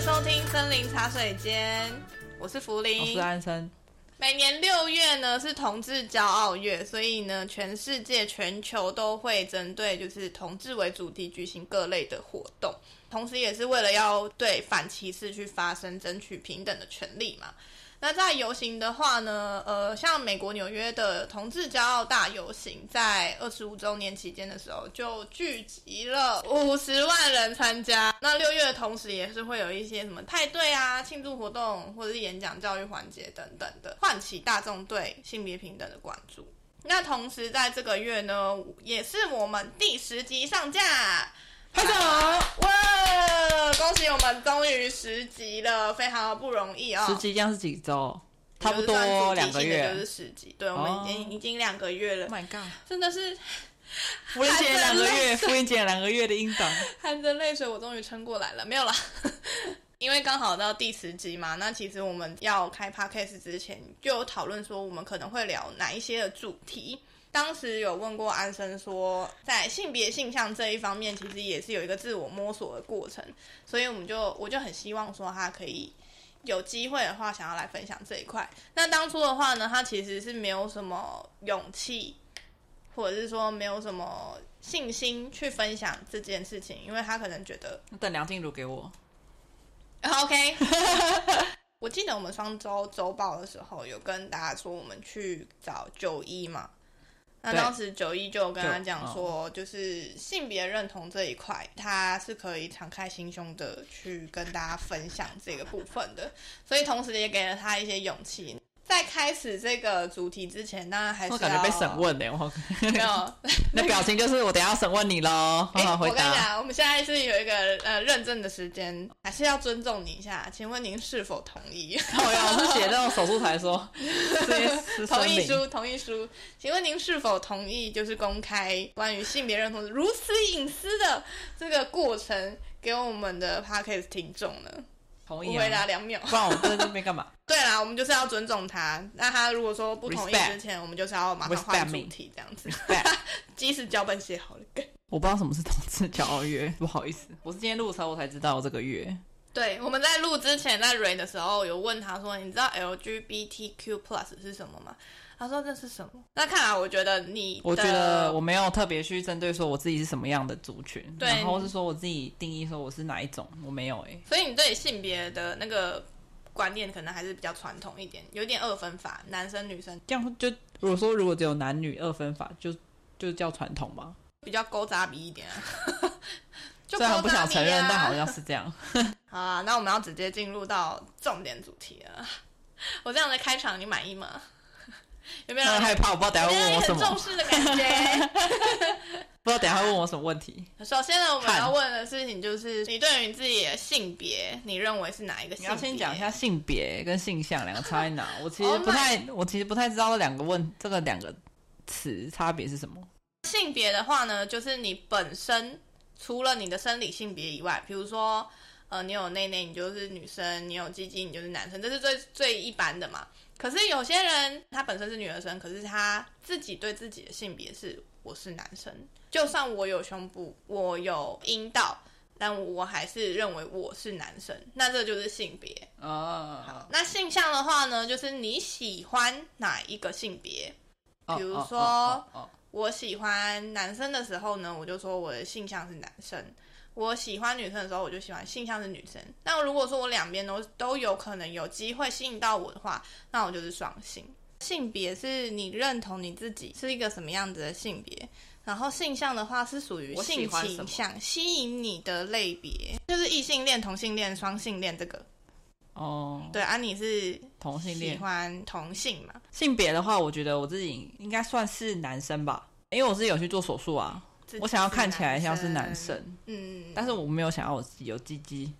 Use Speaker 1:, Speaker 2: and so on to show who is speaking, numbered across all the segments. Speaker 1: 森林茶水间，我是福
Speaker 2: 我
Speaker 1: 林
Speaker 2: 是。安生，
Speaker 1: 每年六月呢是同志骄傲月，所以呢，全世界全球都会针对就是同志为主题举行各类的活动，同时也是为了要对反歧视去发声，争取平等的权利嘛。那在游行的话呢，呃，像美国纽约的同志骄傲大游行，在二十五周年期间的时候，就聚集了五十万人参加。那六月的同时，也是会有一些什么派对啊、庆祝活动，或者是演讲、教育环节等等的，唤起大众对性别平等的关注。那同时在这个月呢，也是我们第十集上架。
Speaker 2: 拍手！
Speaker 1: 哇！呃恭喜我们终于十集了，非常不容易哦。
Speaker 2: 十集一样是几周？差
Speaker 1: 就
Speaker 2: 不
Speaker 1: 是
Speaker 2: 多
Speaker 1: 算
Speaker 2: 两个
Speaker 1: 主机性的就
Speaker 2: 月哦
Speaker 1: 是。十集，对，我们已经、已经两个月了
Speaker 2: Oh，my god！
Speaker 1: 真的是
Speaker 2: 福音节两个月，福音节两个月的音档，
Speaker 1: 含着泪水，我终于撑过来了， 没有啦。因为刚好到第十集嘛，那其实我们要开 podcast 之前就有讨论说，我们可能会聊哪一些的主题。当时有问过安生说，在性别性向这一方面，其实也是有一个自我摸索的过程，所以我们就我就很希望说他可以有机会的话，想要来分享这一块。那当初的话呢，他其实是没有什么勇气，或者是说没有什么信心去分享这件事情，因为他可能觉得
Speaker 2: 等梁静茹给我。
Speaker 1: OK，我记得我们双周周报的时候有跟大家说我们去找九一嘛，那
Speaker 2: 对哦
Speaker 1: 当时九一就跟他
Speaker 2: 就
Speaker 1: 讲说，就是性别认同这一块，他是可以敞开心胸的去跟大家分享这个部分的，所以同时也给了他一些勇气。在开始这个主题之前，当然还是
Speaker 2: 我感觉
Speaker 1: 要
Speaker 2: 被审，问嘞，我
Speaker 1: 没有，
Speaker 2: 那表情就是我等一下审问你喽，
Speaker 1: 哎、
Speaker 2: 好好
Speaker 1: 我
Speaker 2: 回
Speaker 1: 跟你
Speaker 2: 答。
Speaker 1: 讲，我们现在是有一个呃认证的时间，还是要尊重你一下。请问您是否同意？
Speaker 2: 靠呀，我是写那种手术 台说，是
Speaker 1: 同意书，同意书。请问您是否同意，就是公开关于性别认同如此隐私的这个过程，给我们的 podcast 听众呢？
Speaker 2: 同
Speaker 1: 我
Speaker 2: 意
Speaker 1: 回
Speaker 2: 啊，
Speaker 1: 答两秒。
Speaker 2: 不然我在这边干嘛？
Speaker 1: 对啦，我们就是要尊重他。那他如果说不同意
Speaker 2: Respect
Speaker 1: 之前，我们就是要马上换
Speaker 2: Respect
Speaker 1: 主
Speaker 2: me
Speaker 1: 题，这样子。
Speaker 2: Respect
Speaker 1: 即使脚本写好了。
Speaker 2: 我不知道什么是同志骄傲月，不好意思，我是今天录的时候我才知道这个月。
Speaker 1: 对，我们在录之前在 read 的时候，有问他说：“你知道 LGBTQ plus 是什么吗？”他说：“这是什么？”那看来我觉得你的，
Speaker 2: 我觉得我没有特别去针对说我自己是什么样的族群，
Speaker 1: 对
Speaker 2: 然后是说我自己定义说我是哪一种，我没有哎、
Speaker 1: 所以你对性别的那个观念可能还是比较传统一点，有点二分法，男生女生
Speaker 2: 这样就如果说如果只有男女二分法，就就叫传统吧。
Speaker 1: 比较勾扎比一点、啊。 就
Speaker 2: 虽然
Speaker 1: 勾
Speaker 2: 不想
Speaker 1: 扎比
Speaker 2: 承认，
Speaker 1: 啊
Speaker 2: 但好像是这样。
Speaker 1: 好啊，那我们要直接进入到重点主题了。 我这样的开场你满意吗？ 有没有
Speaker 2: 那
Speaker 1: 让
Speaker 2: 害
Speaker 1: 你
Speaker 2: 怕，我不知道等一下
Speaker 1: 有没
Speaker 2: 会
Speaker 1: 有让
Speaker 2: 问
Speaker 1: 啊你很重
Speaker 2: 我什么，
Speaker 1: 视的感觉？
Speaker 2: 不知道等一下会问我什么问题。
Speaker 1: 首先呢，我们
Speaker 2: 看
Speaker 1: 要问的事情就是，你对于你自己的性别，你认为是哪一个性
Speaker 2: 你
Speaker 1: 别？
Speaker 2: 要先讲一下性别跟性向两个差在哪？我其实
Speaker 1: Oh my-
Speaker 2: 不太，我其实不太知道这两个问这个两个词差别是什么。
Speaker 1: 性别的话呢，就是你本身除了你的生理性别以外，比如说，呃，你有内内，你就是女生；你有鸡鸡，你就是男生，这是最最一般的嘛。可是有些人他本身是女儿身，可是他自己对自己的性别是我是男生，就算我有胸部，我有阴道，但我还是认为我是男生，那这就是性别。
Speaker 2: 哦，
Speaker 1: 那性向的话呢，就是你喜欢哪一个性别？
Speaker 2: 哦
Speaker 1: 比如
Speaker 2: 哦
Speaker 1: 说
Speaker 2: 哦哦哦
Speaker 1: 我喜欢男生的时候呢，我就说我的性向是男生；我喜欢女生的时候，我就喜欢性向是女生。那如果说我两边都都有可能有机会吸引到我的话，那我就是双性。性别是你认同你自己是一个什么样子的性别，然后性向的话是属于
Speaker 2: 我喜
Speaker 1: 性
Speaker 2: 欢什
Speaker 1: 倾
Speaker 2: 么
Speaker 1: 向吸引你的类别，就是异性恋、同性恋、双性恋这个。
Speaker 2: 哦，
Speaker 1: 对啊，你是
Speaker 2: 同性
Speaker 1: 喜
Speaker 2: 恋
Speaker 1: 欢同性嘛？
Speaker 2: 性别的话，我觉得我自己应该算是男生吧，因为我自己有去做手术啊，
Speaker 1: 自己
Speaker 2: 我想要看起来像是
Speaker 1: 是
Speaker 2: 男，生，
Speaker 1: 嗯，
Speaker 2: 但是我没有想要我自己有鸡鸡，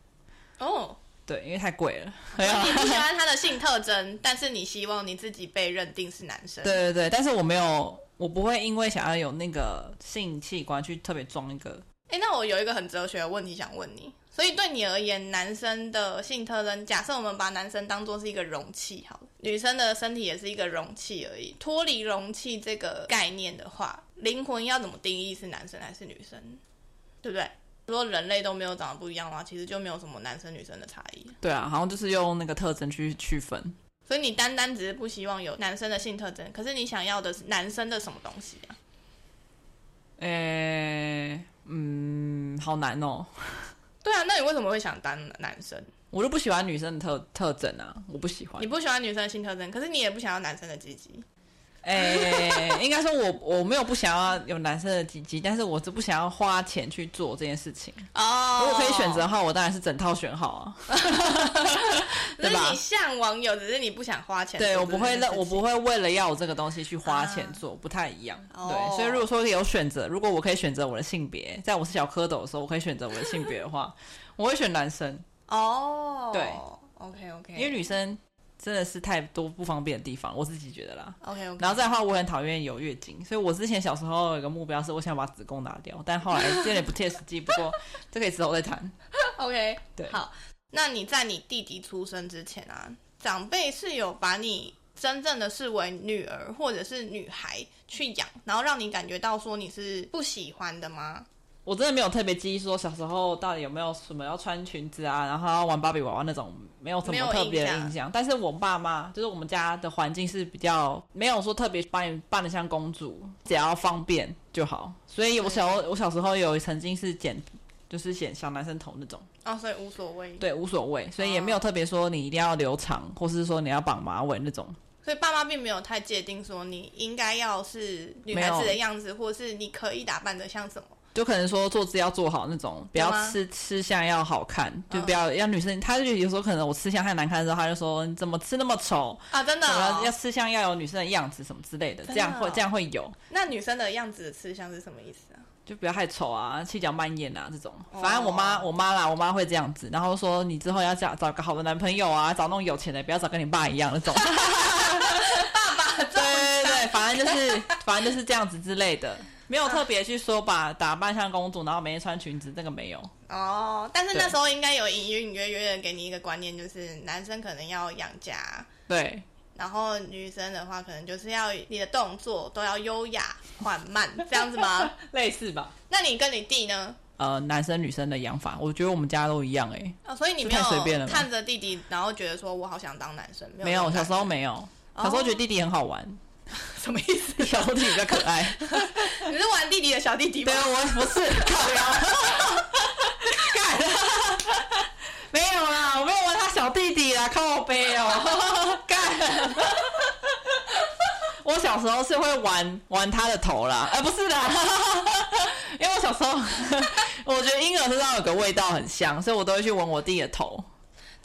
Speaker 1: 哦，
Speaker 2: 对，啊因为太贵了。
Speaker 1: 所以你不喜欢他的性特征， 但是你希望你自己被认定是男生，
Speaker 2: 对，对对，但是我没有，我不会因为想要有那个性器官去特别装一个。
Speaker 1: 哎，那我有一个很哲学的问题想问你，所以对你而言，男生的性特征，假设我们把男生当做是一个容器好了，女生的身体也是一个容器而已，脱离容器这个概念的话，灵魂要怎么定义是男生还是女生，对不对？如果人类都没有长得不一样的话，其实就没有什么男生女生的差异。
Speaker 2: 对啊，好像就是用那个特征去区分。
Speaker 1: 所以你单单只是不希望有男生的性特征，可是你想要的是男生的什么东西啊？
Speaker 2: 诶、嗯，好难哦。
Speaker 1: 对啊，那你为什么会想当男生？
Speaker 2: 我就不喜欢女生的特特征啊，我不喜欢
Speaker 1: 你。不喜欢女生的性特征，可是你也不想要男生的鸡鸡。
Speaker 2: 诶、应该说我我没有不想要有男生的鸡鸡，但是我是不想要花钱去做这件事情。
Speaker 1: 哦
Speaker 2: 如果可以选择的话，我当然是整套选好啊。
Speaker 1: 那
Speaker 2: 对吧
Speaker 1: 是你向往有，只是你不想花钱做这
Speaker 2: 对啊
Speaker 1: 件
Speaker 2: 我
Speaker 1: 事情。
Speaker 2: 不会让，我不会为了要我这个东西去花钱做，不太一样。
Speaker 1: 哦
Speaker 2: 对，所以如果说有选择，如果我可以选择我的性别，在我是小蝌蚪的时候，我可以选择我的性别的 话，我会选男生，
Speaker 1: 哦。
Speaker 2: 对
Speaker 1: ，OK OK，
Speaker 2: 因为女生真的是太多不方便的地方，我自己觉得啦。
Speaker 1: OK OK，
Speaker 2: 然后再的话，我很讨厌有月经，所以我之前小时候有个目标是我想把子宫拿掉，但后来有点不切实际。不过这可以之后再谈。
Speaker 1: OK，
Speaker 2: 对
Speaker 1: 好，那你在你弟弟出生之前啊，长辈是有把你真正的视为女儿或者是女孩去养，然后让你感觉到说你是不喜欢的吗？
Speaker 2: 我真的没有特别记忆说小时候到底有没有什么要穿裙子啊，然后要玩芭比娃娃那种，没有什
Speaker 1: 没有
Speaker 2: 么特别的
Speaker 1: 印象
Speaker 2: 印象。但是我爸妈就是我们家的环境是比较没有说特别把你扮的像公主，只要方便就好。所以我小我小时候有曾经是剪。就是剪小男生头那种，
Speaker 1: 哦，所以无所谓。
Speaker 2: 对，无所谓，所以也没有特别说你一定要留长，或是说你要绑马尾那种，
Speaker 1: 所以爸妈并没有太界定说你应该要是女孩子的样子，或是你可以打扮的像什么。
Speaker 2: 就可能说坐姿要做好那种，不要
Speaker 1: 有吗
Speaker 2: 吃吃相要好看，就
Speaker 1: 嗯
Speaker 2: 不要让女生，她就有时候可能我吃相太难看的时候，她就说嗯你怎么吃那么丑，
Speaker 1: 啊，真的
Speaker 2: 怎
Speaker 1: 哦、
Speaker 2: 么要吃相要有女生的样子什么之类的，
Speaker 1: 真的哦
Speaker 2: 这样会这样会有，
Speaker 1: 那女生的样子的吃相是什么意思啊？
Speaker 2: 就不要太丑啊，细嚼慢咽啊这种。
Speaker 1: 哦
Speaker 2: 反正我妈我妈啦，我妈会这样子，然后说你之后要找找个好的男朋友啊，找那种有钱的，不要找跟你爸一样那 种。爸爸，对对对，反正就是反正就是这样子之类的。
Speaker 1: 嗯
Speaker 2: 没有特别去说把打扮像公主，然后每天穿裙子，这个没有。
Speaker 1: 哦，但是那
Speaker 2: 对
Speaker 1: 时候应该有隐隐约约的给你一个观念，就是男生可能要养家，
Speaker 2: 对，
Speaker 1: 然后女生的话，可能就是要你的动作都要优雅缓慢这样子吗？
Speaker 2: 类似吧。
Speaker 1: 那你跟你弟呢？
Speaker 2: 呃，男生女生的养法，我觉得我们家都一样哎、
Speaker 1: 啊、所以你
Speaker 2: 这
Speaker 1: 没
Speaker 2: 太随便
Speaker 1: 有
Speaker 2: 了吧
Speaker 1: 看着弟弟，然后觉得说我好想当男生，没有
Speaker 2: 没有，哦小时候
Speaker 1: 没
Speaker 2: 没有，小时候觉得弟弟很好玩，
Speaker 1: 什么意思？
Speaker 2: 小弟弟比较可爱。
Speaker 1: 你是玩弟弟的小弟弟吗
Speaker 2: 对，？啊我不是，靠腰 干没有啦，我没有玩他小弟弟啦，靠背 哦，干。我小时候是会玩玩他的头啦，呃，不是啦，因为我小时候 我觉得婴儿身上有个味道很香，所以我都会去闻我弟的头。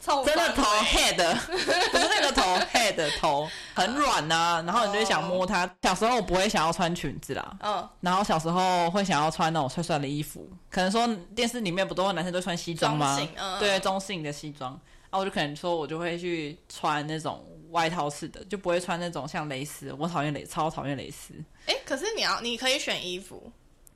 Speaker 1: 臭
Speaker 2: 真的
Speaker 1: 酸
Speaker 2: 头
Speaker 1: 味
Speaker 2: head，不是那个头 head 的头很 软呐、然后你就会想摸它。小时候我不会想要穿裙子啦，
Speaker 1: 嗯，
Speaker 2: 然后小时候会想要穿那种帅帅的衣服，可能说电视里面不都男生都穿西装吗
Speaker 1: 中性？嗯
Speaker 2: 对，中性的西装。啊，我就可能说，我就会去穿那种外套式的，就不会穿那种像蕾丝。我讨厌蕾，超讨厌蕾丝。
Speaker 1: 哎、可是你要，你可以选衣服，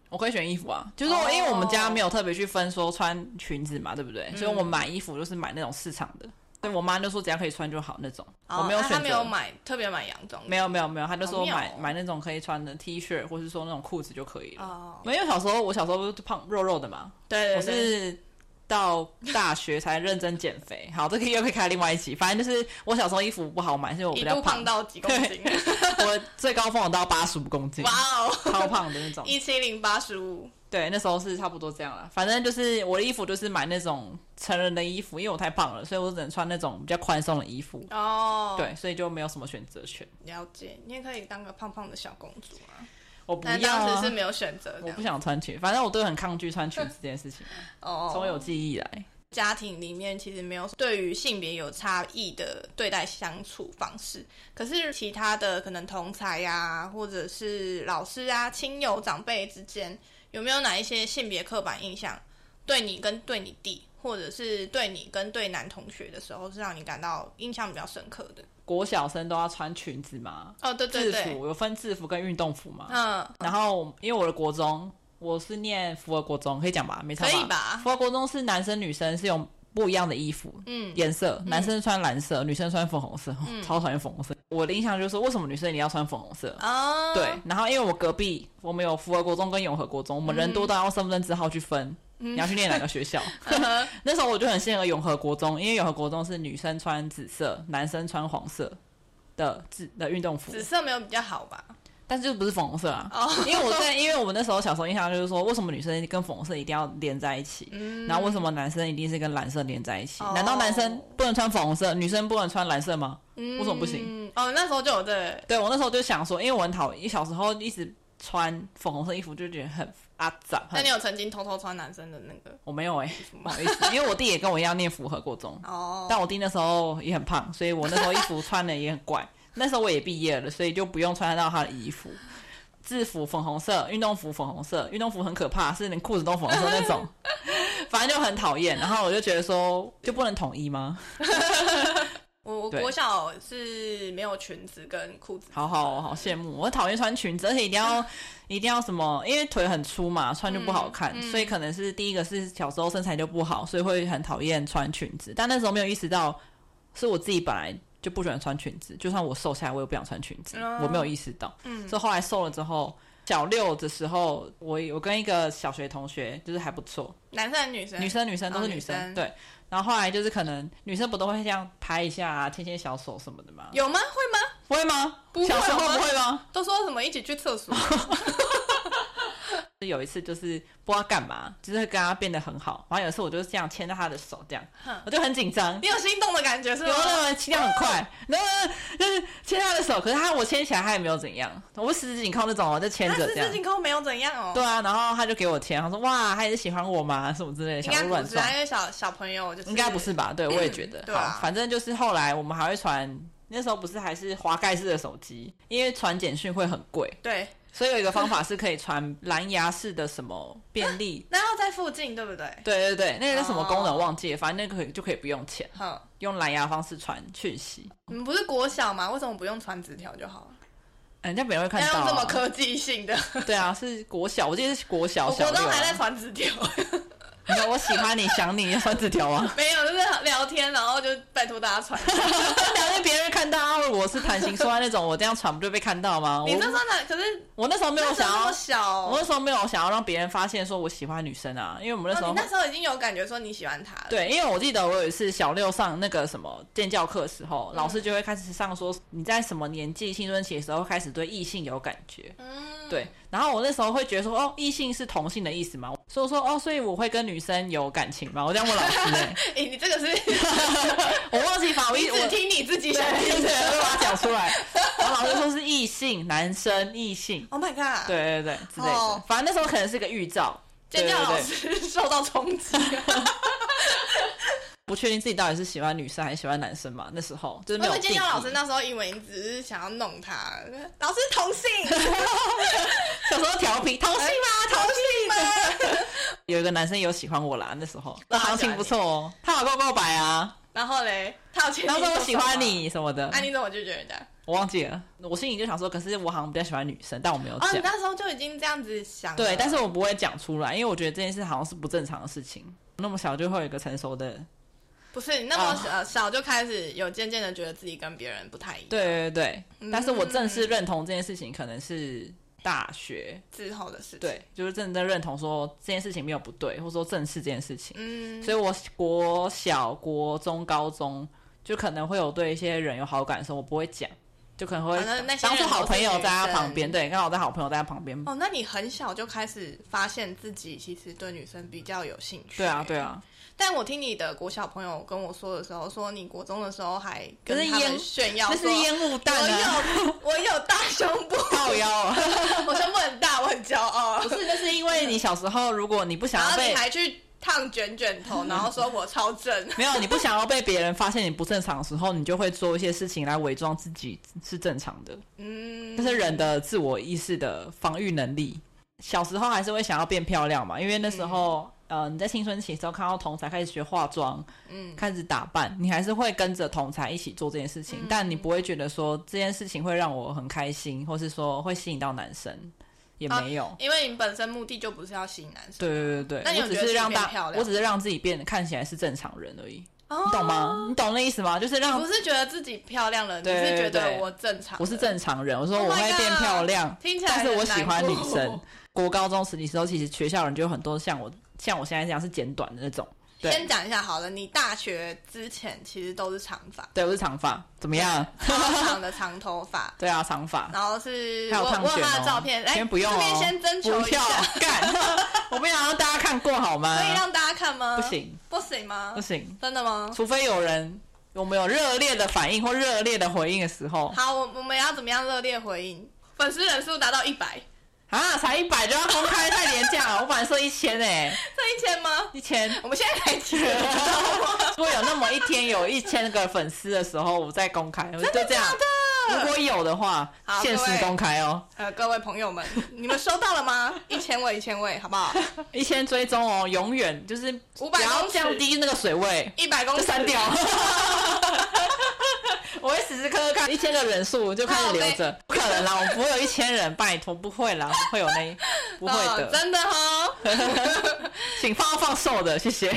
Speaker 2: 我可以选衣服啊，就是我、
Speaker 1: 哦嗯
Speaker 2: 因为我们家没有特别去分说穿裙子嘛，对不对？所以我买衣服就是买那种市场的，所以我妈就说只要可以穿就好那种。我没有
Speaker 1: 哦啊
Speaker 2: 选择，
Speaker 1: 他没有买特别买洋装，
Speaker 2: 没有没有没有，她就
Speaker 1: 好
Speaker 2: 说
Speaker 1: 妙哦
Speaker 2: 买、买那种可以穿的 T 恤，或是说那种裤子就可以了。
Speaker 1: 哦，
Speaker 2: 没有，因为小时候我小时候就胖肉肉的嘛，
Speaker 1: 对
Speaker 2: 我
Speaker 1: 对对，
Speaker 2: 是到大学才认真减肥。好，这个又可以开另外一期。反正就是我小时候衣服不好买，是因为我比
Speaker 1: 一
Speaker 2: 较
Speaker 1: 度胖
Speaker 2: 胖，
Speaker 1: 到几公 斤，
Speaker 2: 我最高峰有到八十五公 斤
Speaker 1: 哇，哦，
Speaker 2: 超胖的那 种。
Speaker 1: 一七零八十五，
Speaker 2: 对，那时候是差不多这样啦。反正就是我的衣服就是买那种成人的衣服，因为我太胖了，所以我只能穿那种比较宽松的衣服。
Speaker 1: 哦，，
Speaker 2: 对，所以就没有什么选择权。
Speaker 1: 了解，你也可以当个胖胖的小公主啊，
Speaker 2: 我不
Speaker 1: 但
Speaker 2: 要、
Speaker 1: 当
Speaker 2: 啊，
Speaker 1: 时是没有选择这
Speaker 2: 我
Speaker 1: 样
Speaker 2: 不。想穿裙，反正我都很抗拒穿 裙子这件事情，
Speaker 1: 哦，
Speaker 2: 从有记忆以来。
Speaker 1: 家庭里面其实没有对于性别有差异的对待相处方式，可是其他的可能同才呀、或者是老师啊、亲友长辈之间，有没有哪一些性别刻板印象对你跟对你弟，或者是对你跟对男同学的时候，是让你感到印象比较深刻的？
Speaker 2: 国小生都要穿裙子嘛，
Speaker 1: 哦，对对
Speaker 2: 制
Speaker 1: 对，
Speaker 2: 服有分制服跟运动服嘛。
Speaker 1: 嗯，
Speaker 2: 然后因为我的国中，我是念福尔国中，可以讲吧？没差
Speaker 1: 可以？吧？
Speaker 2: 福尔国中是男生女生是用不一样的衣服，
Speaker 1: 嗯，
Speaker 2: 颜色，男生穿蓝色，女生穿粉红色，超讨厌粉红色。我的印象就是，为什么女生一定要穿粉红色？
Speaker 1: 哦，
Speaker 2: 对，然后因为我隔壁我们有福和国中跟永和国中，我们人多到要用身份证字号去分，你要去念哪个 学校？
Speaker 1: 嗯哼
Speaker 2: 那时候我就很羡慕永和国中，因为永和国中是女生穿紫色，男生穿黄色的紫的运动服，
Speaker 1: 紫色没有比较好吧？
Speaker 2: 但是就不是粉红色啊。
Speaker 1: 哦，
Speaker 2: 因为我在，因为我们那时候小时候印象就是说，为什么女生跟粉红色一定要连在一起？
Speaker 1: 嗯
Speaker 2: 然后为什么男生一定是跟蓝色连在一起？
Speaker 1: 哦
Speaker 2: 难道男生不能穿粉红色，女生不能穿蓝色吗？
Speaker 1: 为
Speaker 2: 为什么不行？
Speaker 1: 哦，那时候就有这个
Speaker 2: 对我那时候就想说，因为我很讨厌小时候一直穿粉红色衣服，就觉得很阿杂。
Speaker 1: 那
Speaker 2: 很
Speaker 1: 你有曾经偷偷穿男生的那个
Speaker 2: 我没有哎、
Speaker 1: 衣服
Speaker 2: 不
Speaker 1: 吗？
Speaker 2: 好意思，因为我弟也跟我一样念符合国中，
Speaker 1: 哦，
Speaker 2: 但我弟那时候也很胖，所以我那时候衣服穿的也很怪。那时候我也毕业了，所以就不用穿得到他的衣服。制服粉红色，运动服粉红色，运动服很可怕，是连裤子都粉红色那种，反正就很讨厌。然后我就觉得说，就不能统一吗？
Speaker 1: 我我
Speaker 2: 对
Speaker 1: 国小是没有裙子跟裤子，
Speaker 2: 好好好羡慕，我讨厌穿裙子，而且一定要一定要什么，因为腿很粗嘛，穿就不好看，
Speaker 1: 嗯嗯
Speaker 2: 所以可能是第一个是小时候身材就不好，所以会很讨厌穿裙子。但那时候没有意识到，是我自己本来就不喜欢穿裙子，就算我瘦下来，我也不想穿裙子，
Speaker 1: 哦
Speaker 2: 我没有意识到。
Speaker 1: 嗯
Speaker 2: 所以后来瘦了之后，小六的时候，我我跟一个小学同学就是还不错，
Speaker 1: 男生还是女生，
Speaker 2: 女生女生都是
Speaker 1: 哦
Speaker 2: 女生，
Speaker 1: 女生
Speaker 2: 对。然后后来就是可能女生不都会这样拍一下、啊、牵牵小手什么的吗？
Speaker 1: 有吗？会吗？
Speaker 2: 不会吗？
Speaker 1: 不会
Speaker 2: 小时候
Speaker 1: 吗
Speaker 2: 不会吗？
Speaker 1: 都说什么一起去厕 所？
Speaker 2: 有一次就是不知道干嘛，就是跟他变得很好。然后有一次我就这样牵着他的手，这样
Speaker 1: 哼
Speaker 2: 我就很紧张，
Speaker 1: 你有心动的感觉是
Speaker 2: 有啊
Speaker 1: 吗？
Speaker 2: 那么心跳很快，然后呢就是牵他的手，可是他我牵起来他也没有怎样，我十指紧扣那种，我哦就牵
Speaker 1: 那
Speaker 2: 着
Speaker 1: 十
Speaker 2: 这样
Speaker 1: 字。紧扣没有怎样哦，
Speaker 2: 啊对啊，然后他就给我牵，他说哇，他也是喜欢我吗？什么之类的，
Speaker 1: 应
Speaker 2: 想
Speaker 1: 该
Speaker 2: 说乱
Speaker 1: 不是
Speaker 2: 撞
Speaker 1: 啊，，因为小小朋友就是
Speaker 2: 应该不是吧？对，我也觉得。
Speaker 1: 对啊
Speaker 2: 好，反正就是后来我们还会传，那时候不是还是滑盖式的手机，因为传简讯会很贵，
Speaker 1: 对，
Speaker 2: 所以有一个方法是可以传蓝牙式的什么便利
Speaker 1: 那要在附近对不对？
Speaker 2: 对对对，那个叫什么功能
Speaker 1: 哦
Speaker 2: 忘记了，反正那个可以就可以不用钱，
Speaker 1: 好，
Speaker 2: 用蓝牙方式传讯息，
Speaker 1: 你们不是国小吗？为什么不用传纸条就好了？
Speaker 2: 哎人家别人会看
Speaker 1: 要
Speaker 2: 到、
Speaker 1: 用这么
Speaker 2: 啊。
Speaker 1: 科技性的，
Speaker 2: 对啊，是国小，我记得是国小
Speaker 1: 我
Speaker 2: 小
Speaker 1: 国
Speaker 2: 六、
Speaker 1: 中还在
Speaker 2: 啊。
Speaker 1: 传纸 条，
Speaker 2: 你看我喜欢你，想你，要传纸条啊，
Speaker 1: 没有，就是聊天，然后就拜托大家传。
Speaker 2: 聊天别人会看到啊。 我是谈情说爱那种，我这样传不就被看到吗？
Speaker 1: 你那时
Speaker 2: 我
Speaker 1: 候呢？可是
Speaker 2: 我那时候没有
Speaker 1: 那时
Speaker 2: 想
Speaker 1: 候那
Speaker 2: 要
Speaker 1: 么，小
Speaker 2: 我
Speaker 1: 哦，
Speaker 2: 那时候没有想要让别人发现说我喜欢女生啊，因为我们那时
Speaker 1: 哦
Speaker 2: 候、
Speaker 1: 你那时候已经有感觉说你喜欢他了。
Speaker 2: 对，因为我记得我有一次小六上那个什么建教课的时候，老师就会开始上说你在什么年纪青春期的时候开始对异性有感觉，
Speaker 1: 嗯，
Speaker 2: 对，然后我那时候会觉得说，哦，异性是同性的意思嘛，所以我说，哦，所以我会跟女生有感情嘛，我这样问老师、 欸，
Speaker 1: 哎、你这个 是
Speaker 2: 我忘记把我一
Speaker 1: 你
Speaker 2: 我
Speaker 1: 只听你自己
Speaker 2: 对
Speaker 1: 想
Speaker 2: 对
Speaker 1: 听
Speaker 2: 对，
Speaker 1: 的。
Speaker 2: 我把它讲出来，然后老师说是异性，男生异性，
Speaker 1: Oh my god！，
Speaker 2: 对对对之类的，
Speaker 1: 哦
Speaker 2: 反正那时候可能是个预兆，对
Speaker 1: 尖叫
Speaker 2: 对
Speaker 1: 老
Speaker 2: 对，
Speaker 1: 师受到冲击。
Speaker 2: 不确定自己到底是喜欢女生还是喜欢男生 嘛，那时候就是没
Speaker 1: 因
Speaker 2: 有
Speaker 1: 为尖叫
Speaker 2: 定义
Speaker 1: 老师那时候英文只是想要弄他，老师同 性，
Speaker 2: 小时候调皮， 同性
Speaker 1: 吗？同性吗？
Speaker 2: 有一个男生有喜欢我啦，那时候
Speaker 1: 那
Speaker 2: 那
Speaker 1: 他
Speaker 2: 行
Speaker 1: 喜欢
Speaker 2: 情不错哦，他有告告白啊，
Speaker 1: 然后嘞，他有前
Speaker 2: 然后说我喜欢，你什么的，
Speaker 1: 那、啊、你怎么拒绝人家？
Speaker 2: 我忘记了，我心里就想说，可是我好像比较喜欢女生，但我没有
Speaker 1: 哦，你
Speaker 2: 讲。
Speaker 1: 那时候就已经这样子想了。
Speaker 2: 对，但是我不会讲出来，因为我觉得这件事好像是不正常的事情。那么小就会有一个成熟的，
Speaker 1: 不是你那
Speaker 2: 啊
Speaker 1: 么小、呃小就开始有渐渐的觉得自己跟别人不太一样，
Speaker 2: 对对对。
Speaker 1: 嗯
Speaker 2: 但是我正式认同这件事情，可能是大学，
Speaker 1: 之后的事情。，
Speaker 2: 对，就是真正认同说这件事情没有不对，或者说正视这件事情。
Speaker 1: 嗯，
Speaker 2: 所以我国小、国中、高中就可能会有对一些人有好感的时候，我不会讲，就可能会
Speaker 1: 啊那那些
Speaker 2: 当
Speaker 1: 人
Speaker 2: 做好
Speaker 1: 都是
Speaker 2: 朋友
Speaker 1: 女
Speaker 2: 在他
Speaker 1: 生
Speaker 2: 旁边，对，刚好在好朋友在他旁边。
Speaker 1: 哦，那你很小就开始发现自己其实对女生比较有兴趣。欸
Speaker 2: 对啊，对。啊。
Speaker 1: 但我听你的国小朋友跟我说的时候，说你国中的时候还跟
Speaker 2: 这是
Speaker 1: 他们
Speaker 2: 烟
Speaker 1: 炫耀
Speaker 2: 这
Speaker 1: 说
Speaker 2: 是。烟雾弹
Speaker 1: 我
Speaker 2: 啊，
Speaker 1: 哦有我有大胸部，
Speaker 2: 靠腰啊！
Speaker 1: 我胸部很大，我很骄傲。
Speaker 2: 不是，那是因为你小时候，如果你不
Speaker 1: 然
Speaker 2: 想要
Speaker 1: 后你
Speaker 2: 被
Speaker 1: 还去烫卷卷 头，然后说我超正。
Speaker 2: 没有，你不想要被别人发现你不正常的时候，你就会做一些事情来伪装自己是正常的，
Speaker 1: 嗯，
Speaker 2: 这是人的自我意识的防御能力。小时候还是会想要变漂亮嘛，因为那时候。呃，你在青春期的时候看到同才开始学化妆，
Speaker 1: 嗯
Speaker 2: 开始打扮，你还是会跟着同才一起做这件事情，
Speaker 1: 嗯
Speaker 2: 但你不会觉得说这件事情会让我很开心，或是说会吸引到男生，也
Speaker 1: 啊
Speaker 2: 没有。
Speaker 1: 因为你本身目的就不是要吸引男生，
Speaker 2: 对对对
Speaker 1: 那你
Speaker 2: 对，
Speaker 1: 有
Speaker 2: 我只
Speaker 1: 觉得自
Speaker 2: 是
Speaker 1: 己
Speaker 2: 让
Speaker 1: 变漂
Speaker 2: 大，
Speaker 1: 亮
Speaker 2: 我只是让自己变得看起来是正常人而已，
Speaker 1: 哦
Speaker 2: 你懂？吗？你懂那意思吗？就是让
Speaker 1: 不是觉得自己漂亮了，你
Speaker 2: 对
Speaker 1: 是觉得
Speaker 2: 对
Speaker 1: 我正常，
Speaker 2: 我是，正常人，我说
Speaker 1: Oh
Speaker 2: 我
Speaker 1: my
Speaker 2: 会变
Speaker 1: God
Speaker 2: 漂亮，
Speaker 1: 听起来
Speaker 2: 但是我喜欢
Speaker 1: 很
Speaker 2: 女
Speaker 1: 难过
Speaker 2: 生。。国高中时期时候，其实学校人就有很多像我像我现在这样是剪短的那种。对
Speaker 1: 先讲一下好了，你大学之前其实都是长 发，
Speaker 2: 对，我是长发，怎 么样？
Speaker 1: 超长的长头发，
Speaker 2: 对啊，长发。
Speaker 1: 然后是
Speaker 2: 还有
Speaker 1: 我
Speaker 2: 烫
Speaker 1: 我有
Speaker 2: 卷
Speaker 1: 他的
Speaker 2: 哦
Speaker 1: 照片，来
Speaker 2: 先不用
Speaker 1: 这
Speaker 2: 哦
Speaker 1: 边先征求
Speaker 2: 不
Speaker 1: 一
Speaker 2: 要
Speaker 1: 下，
Speaker 2: 干，我不想让大家看过好吗
Speaker 1: 可？以嗯让大家看吗？
Speaker 2: 不，行
Speaker 1: 不行吗
Speaker 2: 不？行，
Speaker 1: 真的吗？
Speaker 2: 除非有人我们有热烈的反应或热烈的回应的时候
Speaker 1: 好，我我们要怎么样热烈回应？粉丝人数达到一百，
Speaker 2: 啊，才一百就要公开，太廉价了。我本来说一千哎，
Speaker 1: 这一千吗？
Speaker 2: 一千。
Speaker 1: 我们现在才几个？
Speaker 2: 如果有那么一天有一千个粉丝的时候，我再公开，我 就这样。
Speaker 1: 真的
Speaker 2: 如果有的话
Speaker 1: 好，
Speaker 2: 限时
Speaker 1: 各位
Speaker 2: 公开 哦，
Speaker 1: 呃，各位朋友们，你们收到了吗？一千位，一千位，好不 好？
Speaker 2: 一千追踪哦，永远就是
Speaker 1: 五
Speaker 2: 不
Speaker 1: 百
Speaker 2: 要
Speaker 1: 公尺
Speaker 2: 降低那个水位。
Speaker 1: 一百公
Speaker 2: 就
Speaker 1: 尺
Speaker 2: 删掉。 我会时时刻刻看一千个人数，就开始留着。不可能啦，我不会有一千人，拜托，不会啦，不会有 那一，不会
Speaker 1: 哦
Speaker 2: 的，
Speaker 1: 真的哦。
Speaker 2: 请放放瘦的，谢谢。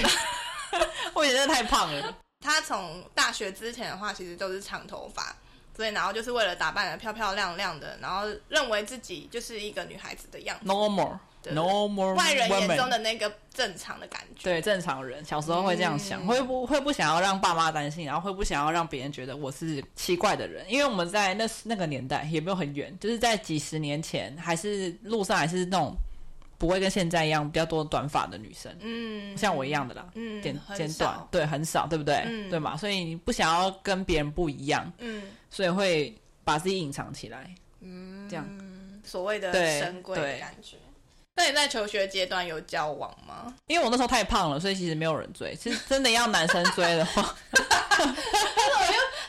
Speaker 2: 我以前真的太胖了，
Speaker 1: 他从大学之前的话，其实都是长头发，所以然后就是为了打扮的漂漂亮亮的，然后认为自己就是一个女孩子的样子，
Speaker 2: normal
Speaker 1: 对
Speaker 2: normal
Speaker 1: 外人眼中
Speaker 2: woman
Speaker 1: 的那个正常的感觉。
Speaker 2: 对正常人，小时候会这样想，
Speaker 1: 嗯
Speaker 2: 会不会不想要让爸妈担心，然后会不想要让别人觉得我是奇怪的人，因为我们在那那个年代也没有很远，就是在几十年前，还是路上还是那种不会跟现在一样比较多短发的女生，
Speaker 1: 嗯，
Speaker 2: 像我一样的啦，
Speaker 1: 嗯，
Speaker 2: 剪
Speaker 1: 很
Speaker 2: 剪
Speaker 1: 少
Speaker 2: 短，，对，很少，对不对？
Speaker 1: 嗯
Speaker 2: 对嘛，所以你不想要跟别人不一样，
Speaker 1: 嗯
Speaker 2: 所以会把自己隐藏起来。
Speaker 1: 嗯，
Speaker 2: 这样
Speaker 1: 所谓的
Speaker 2: 对
Speaker 1: 神贵
Speaker 2: 对
Speaker 1: 的感觉。那你在求学阶段有交往吗？
Speaker 2: 因为我那时候太胖了，所以其实没有人追。其实真的要男生追的话，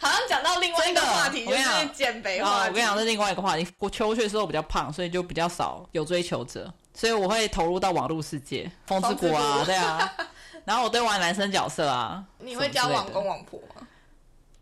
Speaker 1: 好像讲到另外一个
Speaker 2: 真的
Speaker 1: 话题，
Speaker 2: 我
Speaker 1: 就
Speaker 2: 跟你
Speaker 1: 是
Speaker 2: 讲
Speaker 1: 减肥
Speaker 2: 啊，
Speaker 1: 话
Speaker 2: 我
Speaker 1: 题。
Speaker 2: 跟你讲，这是另外一个话题。我求学的时候比较胖，所以就比较少有追求者，所以我会投入到网络世界，风之谷
Speaker 1: 风之
Speaker 2: 啊，
Speaker 1: 谷
Speaker 2: 对啊。然后我对玩男生角色啊，
Speaker 1: 你
Speaker 2: 什
Speaker 1: 会
Speaker 2: 么
Speaker 1: 交
Speaker 2: 之类
Speaker 1: 往
Speaker 2: 的
Speaker 1: 公网婆吗？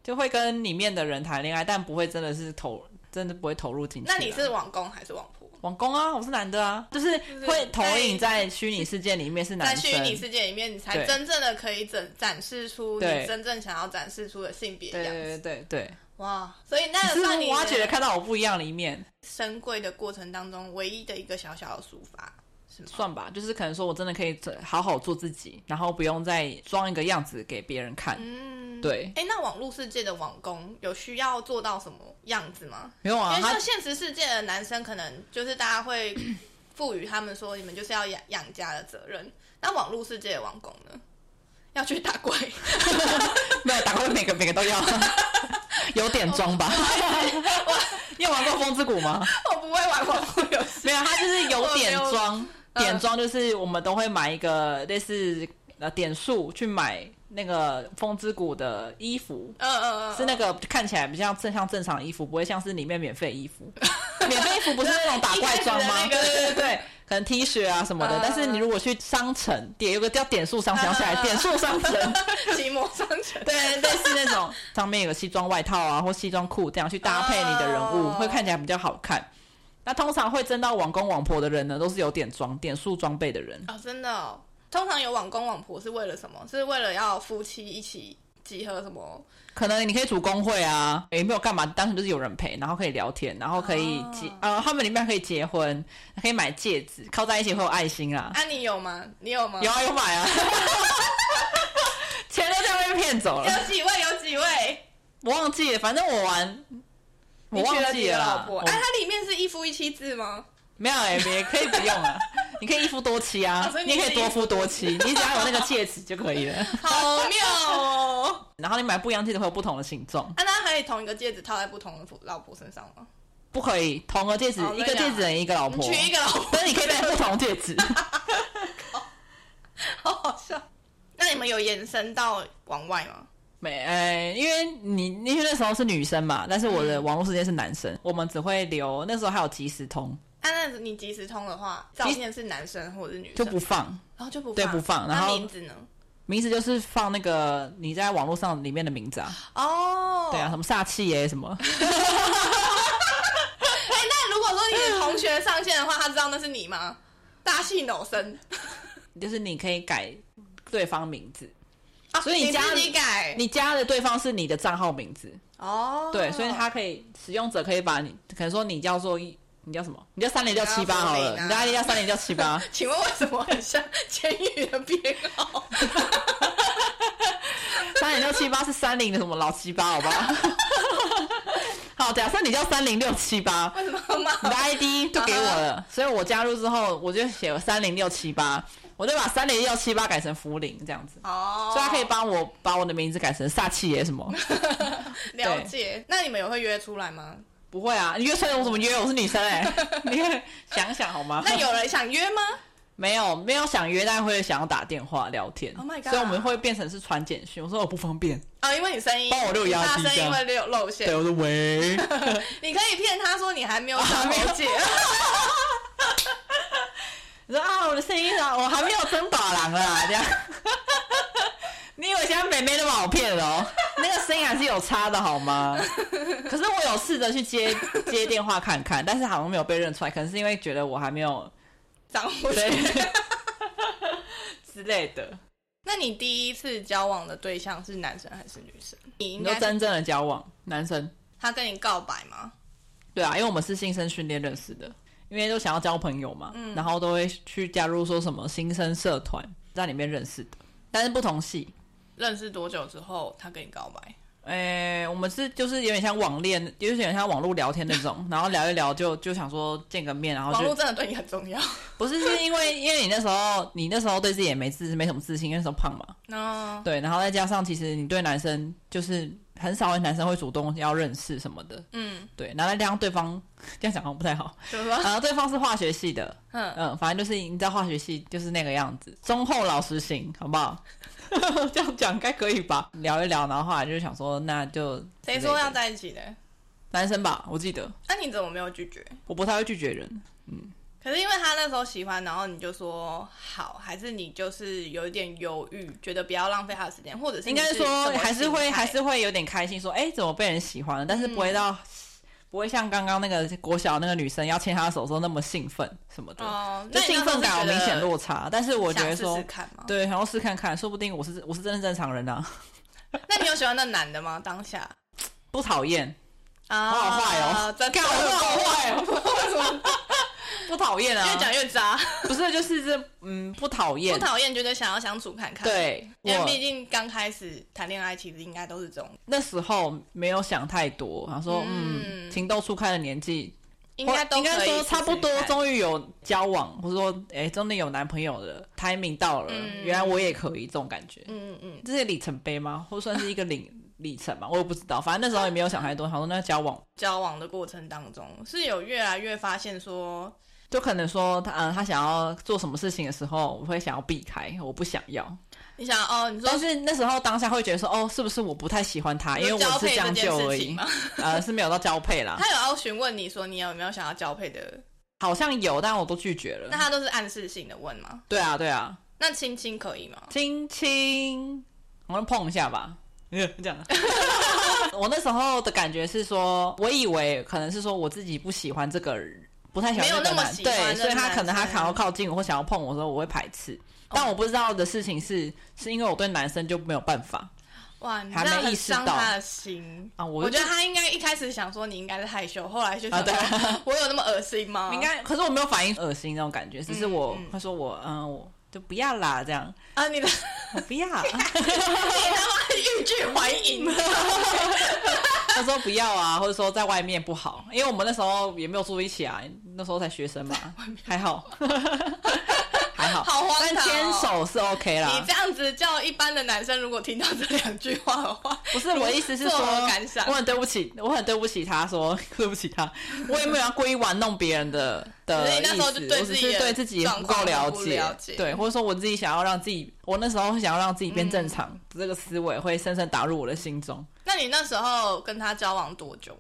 Speaker 2: 就会跟里面的人谈恋爱，但不会真的是投，真的不会投入进去啊。
Speaker 1: 那你是网公还是网婆？
Speaker 2: 网工啊，我是男的啊，就是会投影在虚拟世界里面是
Speaker 1: 在
Speaker 2: 男生，
Speaker 1: 虚拟世界里面，你才
Speaker 2: 对
Speaker 1: 真正的可以展展示出你
Speaker 2: 对
Speaker 1: 真正想要展示出的性别
Speaker 2: 对
Speaker 1: 样
Speaker 2: 对
Speaker 1: 子。
Speaker 2: 对对，
Speaker 1: 哇，所以那
Speaker 2: 只
Speaker 1: 算
Speaker 2: 是
Speaker 1: 你
Speaker 2: 挖掘了看到我不一样的一面，
Speaker 1: 深贵的过程当中唯一的一个小小的抒发，是吗？
Speaker 2: 算吧，就是可能说我真的可以好好做自己，然后不用再装一个样子给别人看。
Speaker 1: 嗯，。
Speaker 2: 对，
Speaker 1: 哎，那网络世界的网工有需要做到什么样子吗？
Speaker 2: 没有啊，
Speaker 1: 因为
Speaker 2: 他
Speaker 1: 像现实世界的男生，可能就是大家 会赋予他们说，你们就是要养养家的责任。那网络世界的网工呢，要去打怪，
Speaker 2: 没有打过每个每个都要，有点装吧。你有玩过风之谷吗？
Speaker 1: 我不会玩网络游 戏。
Speaker 2: 没有，它就是有点
Speaker 1: 我
Speaker 2: 装，
Speaker 1: 没有
Speaker 2: 点装就是我们都会买一个类似呃点数去买那个风之谷的衣服，
Speaker 1: 嗯嗯嗯，
Speaker 2: 是那个看起来比较正像正常的衣服，不会像是里面免费衣服。免费衣服不是那种打怪装吗？
Speaker 1: 一开始的那个
Speaker 2: 对对对对，可能 T 恤啊什么的。
Speaker 1: 嗯
Speaker 2: 但是你如果去商城点，有个叫点数商城，想起
Speaker 1: 嗯
Speaker 2: 来
Speaker 1: 嗯嗯
Speaker 2: 点数商城，
Speaker 1: 骑嗯摩商城。
Speaker 2: 对，类似那种上面有个西装外套啊或西装裤，这样去搭配你的人物，
Speaker 1: 哦
Speaker 2: 会看起来比较好看。那通常会争到网工网婆的人呢，都是有点装点数装备的人。
Speaker 1: 哦，真的、哦，通常有网公网婆是为了什么？是为了要夫妻一起集合什么？
Speaker 2: 可能你可以组工会啊，也没有干嘛，单纯就是有人陪，然后可以聊天，然后可以
Speaker 1: 哦
Speaker 2: 结、呃，他们里面可以结婚，可以买戒指，靠在一起会有爱心啊。
Speaker 1: 啊，你有吗？你有吗？
Speaker 2: 有啊，有买啊， 钱都这样被骗走了，
Speaker 1: 有几位？有几位？
Speaker 2: 我忘记了，反正我玩，我
Speaker 1: 你娶
Speaker 2: 忘
Speaker 1: 了
Speaker 2: 记
Speaker 1: 几个
Speaker 2: 了
Speaker 1: 老
Speaker 2: 啦，
Speaker 1: 婆？
Speaker 2: 我
Speaker 1: 哎、它里面是一夫一妻制 吗？
Speaker 2: 没有欸也、也可以不 用啊，你可以一夫多妻
Speaker 1: 哦
Speaker 2: 啊
Speaker 1: 所以，你
Speaker 2: 你也可
Speaker 1: 是
Speaker 2: 以多夫多妻，你只要有那个戒指就可以了。
Speaker 1: 好妙 哦！
Speaker 2: 然后你买不一样戒指会有不同的形状，
Speaker 1: 啊，那可以同一个戒指套在不同的夫老婆身上吗？
Speaker 2: 不可以同个戒指，
Speaker 1: 哦
Speaker 2: 一
Speaker 1: 对
Speaker 2: 个
Speaker 1: 啊
Speaker 2: 戒指等于一个老
Speaker 1: 你
Speaker 2: 婆，
Speaker 1: 娶一个老婆，
Speaker 2: 但是你可以戴不同戒指。
Speaker 1: 好好笑。那你们有延伸到往外吗？
Speaker 2: 没，呃，因为你因为那时候是女生嘛，但是我
Speaker 1: 嗯
Speaker 2: 的网络世界是男生，我们只会留那时候还有即时通，
Speaker 1: 啊，那你即时通的话，照片是男生或者是女
Speaker 2: 就
Speaker 1: 生，
Speaker 2: 不放
Speaker 1: 然后就不
Speaker 2: 对不放然
Speaker 1: 那
Speaker 2: 后
Speaker 1: 名字呢？
Speaker 2: 名字，就是放那个你在网络上里面的名字啊，
Speaker 1: 哦，
Speaker 2: 对啊，什么煞气耶、什么，
Speaker 1: 哎、那如果说你的同学上线的话，他知道那是你吗？大气扭身，
Speaker 2: 就是你可以改对方名字，
Speaker 1: 啊
Speaker 2: 所以你
Speaker 1: 你
Speaker 2: 加
Speaker 1: 自己改
Speaker 2: 你加的对方是你的账号名字，
Speaker 1: 哦。
Speaker 2: 对，所以他可以使用者可以把你，可能说你叫做你叫什么？你叫三啊连叫七八好了，
Speaker 1: 我叫
Speaker 2: 你的 ID 叫三连叫七八。
Speaker 1: 请问为什么很像监狱的编号？
Speaker 2: 三零六七八是三零的什么老七八，好不 好？好，假设你叫三零六七八，
Speaker 1: 为什么要骂
Speaker 2: 你的
Speaker 1: 我？
Speaker 2: ID 就给我了，所以我加入之后，我就写了三零六七八，我就把三零六七八改成福林这样子，
Speaker 1: 哦，
Speaker 2: 所以他可以帮我把我的名字改成煞气爷什 么？
Speaker 1: 了解。那你们有会约出来吗？
Speaker 2: 不会啊，你约出来我怎么约？我是女生哎、 你想想好吗？
Speaker 1: 那有人想约吗？
Speaker 2: 没有没有想约，但会想要打电话聊天
Speaker 1: Oh my god
Speaker 2: 所以我们会变成是传简讯。我说我哦不方便，
Speaker 1: 啊、因为你声音，
Speaker 2: 帮我六幺七
Speaker 1: 他声音会露露馅
Speaker 2: 对，，我说 啊喂，
Speaker 1: 你可以骗他说你还没有想了解，
Speaker 2: 你说啊，我的声音啊，我还没有真打狼啦，这样。 你以为现在美眉那么好 骗哦？那个声音还是有差的好吗？可是我有试着去接 接电话看看，但是好像没有被认出来，可能是因为觉得我还 没有
Speaker 1: 掌握。
Speaker 2: 对 之类的。
Speaker 1: 那你第一次交往的对象是男生还是女生？你应
Speaker 2: 你说
Speaker 1: 该
Speaker 2: 真正的交往，男生
Speaker 1: 他跟你告白吗？
Speaker 2: 对啊，因为我们是新生训练认识的，因为都想要交朋友嘛，
Speaker 1: 嗯
Speaker 2: 然后都会去加入说什么新生社团，在里面认识的，但是不同系，
Speaker 1: 认识多久之后他跟你告白？
Speaker 2: 诶、我们是就是有点像网恋，有点像网络聊天那 种，然后聊一聊就就想说见个面，然后
Speaker 1: 网络
Speaker 2: 就
Speaker 1: 真的对你很重要。
Speaker 2: 不是是因为因为你那时候你那时候对自己也没自没什么自信，因为那时候胖嘛，
Speaker 1: 那
Speaker 2: 对，然后再加上其实你对男生就是很少有男生会主动要认识什么的，
Speaker 1: 嗯，
Speaker 2: 对，然后再加上对方这样讲好像不太 好，
Speaker 1: 怎么 说？
Speaker 2: 然后对方是化学系的，
Speaker 1: 嗯，
Speaker 2: 嗯，反正就是你知道化学系就是那个样子，忠厚老实型，好不好？ 这样讲应该可以吧？聊一聊，然后后来就想说那就
Speaker 1: 谁说
Speaker 2: 之类
Speaker 1: 要
Speaker 2: 的
Speaker 1: 在一起的？
Speaker 2: 男生吧，我记得
Speaker 1: 那、你怎么没有拒绝？
Speaker 2: 我不太会拒绝人，
Speaker 1: 可是因为他那时候喜欢，然后你就说好，还是你就是有一点犹豫，觉得不要浪费他的时间，或者是
Speaker 2: 应
Speaker 1: 你
Speaker 2: 该
Speaker 1: 是
Speaker 2: 说
Speaker 1: 什么
Speaker 2: 还是会
Speaker 1: 心态嗯
Speaker 2: 还是会有点开心说，哎怎么被人喜欢了，但是不会到、不会像刚刚那个国小那个女生要牵他的手的时候那么兴奋什么的，
Speaker 1: 哦，
Speaker 2: 就
Speaker 1: 那你
Speaker 2: 兴奋感有明显
Speaker 1: 那时候是觉得
Speaker 2: 落差。但是我觉得说
Speaker 1: 想试试看吗？
Speaker 2: 对，想要试看看，说不定我是我是真的正常人啊，
Speaker 1: 那你有喜欢那男的吗？当下
Speaker 2: 不 讨厌，
Speaker 1: 啊
Speaker 2: 好坏哦
Speaker 1: 真的
Speaker 2: 干我好坏哦
Speaker 1: 为什么
Speaker 2: 不讨 厌
Speaker 1: 越
Speaker 2: 啊，
Speaker 1: 讲越渣？
Speaker 2: 不是就是这嗯不讨厌
Speaker 1: 不，讨厌，觉得想要相处看看。，
Speaker 2: 对
Speaker 1: 因为毕
Speaker 2: 我
Speaker 1: 竟刚开始谈恋爱，其实应该都是这种，
Speaker 2: 那时候没有想太多，然后说
Speaker 1: 嗯
Speaker 2: 嗯情窦初开的年纪，
Speaker 1: 应该都
Speaker 2: 应该
Speaker 1: 可以
Speaker 2: 说差不多
Speaker 1: 试试，看
Speaker 2: 终于有交往，或者说哎、诶真的有男朋友了，timing 到了，
Speaker 1: 嗯
Speaker 2: 原来我也可以这种感觉，
Speaker 1: 嗯嗯嗯，
Speaker 2: 这是里程碑吗？或算是一 个领里程嘛？我也不知道，反正那时候也没有想太多，想说那交往
Speaker 1: 交往的过程当中，是有越来越发现说，
Speaker 2: 就可能说他嗯、他想要做什么事情的时候，我会想要避开，我不想要。
Speaker 1: 你想哦，你说
Speaker 2: 但是那时候当下会觉得说哦，是不是我不太喜欢他，因为
Speaker 1: 你说
Speaker 2: 我
Speaker 1: 交
Speaker 2: 是
Speaker 1: 配这
Speaker 2: 将
Speaker 1: 件
Speaker 2: 就而
Speaker 1: 事情
Speaker 2: 已
Speaker 1: 吗，？
Speaker 2: 呃是没有到交配啦，
Speaker 1: 他有要询问你说你有没有想要交配的，
Speaker 2: 好像有，但我都拒绝了
Speaker 1: 那。他都是暗示性的问吗？
Speaker 2: 对啊对啊，
Speaker 1: 那亲亲可以吗？
Speaker 2: 亲亲，我们碰一下吧。 这样，我那时候的感觉是说，我以为可能是说我自己不喜欢这个人，不太喜欢这
Speaker 1: 没有
Speaker 2: 个
Speaker 1: 那么
Speaker 2: 男，
Speaker 1: 喜欢
Speaker 2: 对，
Speaker 1: 这个
Speaker 2: 所以他可能他
Speaker 1: 男生哦
Speaker 2: 想要靠近我或想要碰我的时候，我会排斥。但我不知道的事情是，是因为我对男生就没有办法
Speaker 1: 哇，你这
Speaker 2: 还没
Speaker 1: 样很
Speaker 2: 意识
Speaker 1: 伤
Speaker 2: 到
Speaker 1: 他的心。
Speaker 2: 啊。
Speaker 1: 我
Speaker 2: 我
Speaker 1: 觉
Speaker 2: 就
Speaker 1: 得他应该一开始想说你应该是害羞，后来就
Speaker 2: 啊，
Speaker 1: 想
Speaker 2: 对
Speaker 1: 说、
Speaker 2: 啊，
Speaker 1: 我有那么恶心吗？
Speaker 2: 应该，可是我没有反应恶心那种感觉，只是我
Speaker 1: 嗯嗯
Speaker 2: 会说我嗯，我就不要啦，这样
Speaker 1: 啊， 你的
Speaker 2: 我不 要，
Speaker 1: 你他妈欲拒还 迎，
Speaker 2: 他说不要啊，或者说在外面不好，因为我们那时候也没有住一起啊，那时候才学生嘛，还 好，还好，
Speaker 1: 好荒
Speaker 2: 但
Speaker 1: 唐、
Speaker 2: 牵
Speaker 1: 哦。
Speaker 2: 手是 OK
Speaker 1: 你
Speaker 2: 啦
Speaker 1: 这。样子叫一般的男生，如果听到这两句话的话，
Speaker 2: 不是我的意思是
Speaker 1: 作
Speaker 2: 说
Speaker 1: 何感想，
Speaker 2: 我很对不起，我很对不起他说，对不起他，我也没有要故意玩弄别人 的的
Speaker 1: 只是
Speaker 2: 意
Speaker 1: 你那
Speaker 2: 思，
Speaker 1: 时候就对
Speaker 2: 我
Speaker 1: 自
Speaker 2: 只
Speaker 1: 己的
Speaker 2: 是对自己不够
Speaker 1: 状况不
Speaker 2: 解，
Speaker 1: 了解
Speaker 2: 对，或者说我自己想要让自己，我那时候想要让自己变正常，这个思维会深深打入我的心中。
Speaker 1: 那你那时候跟他交往多久？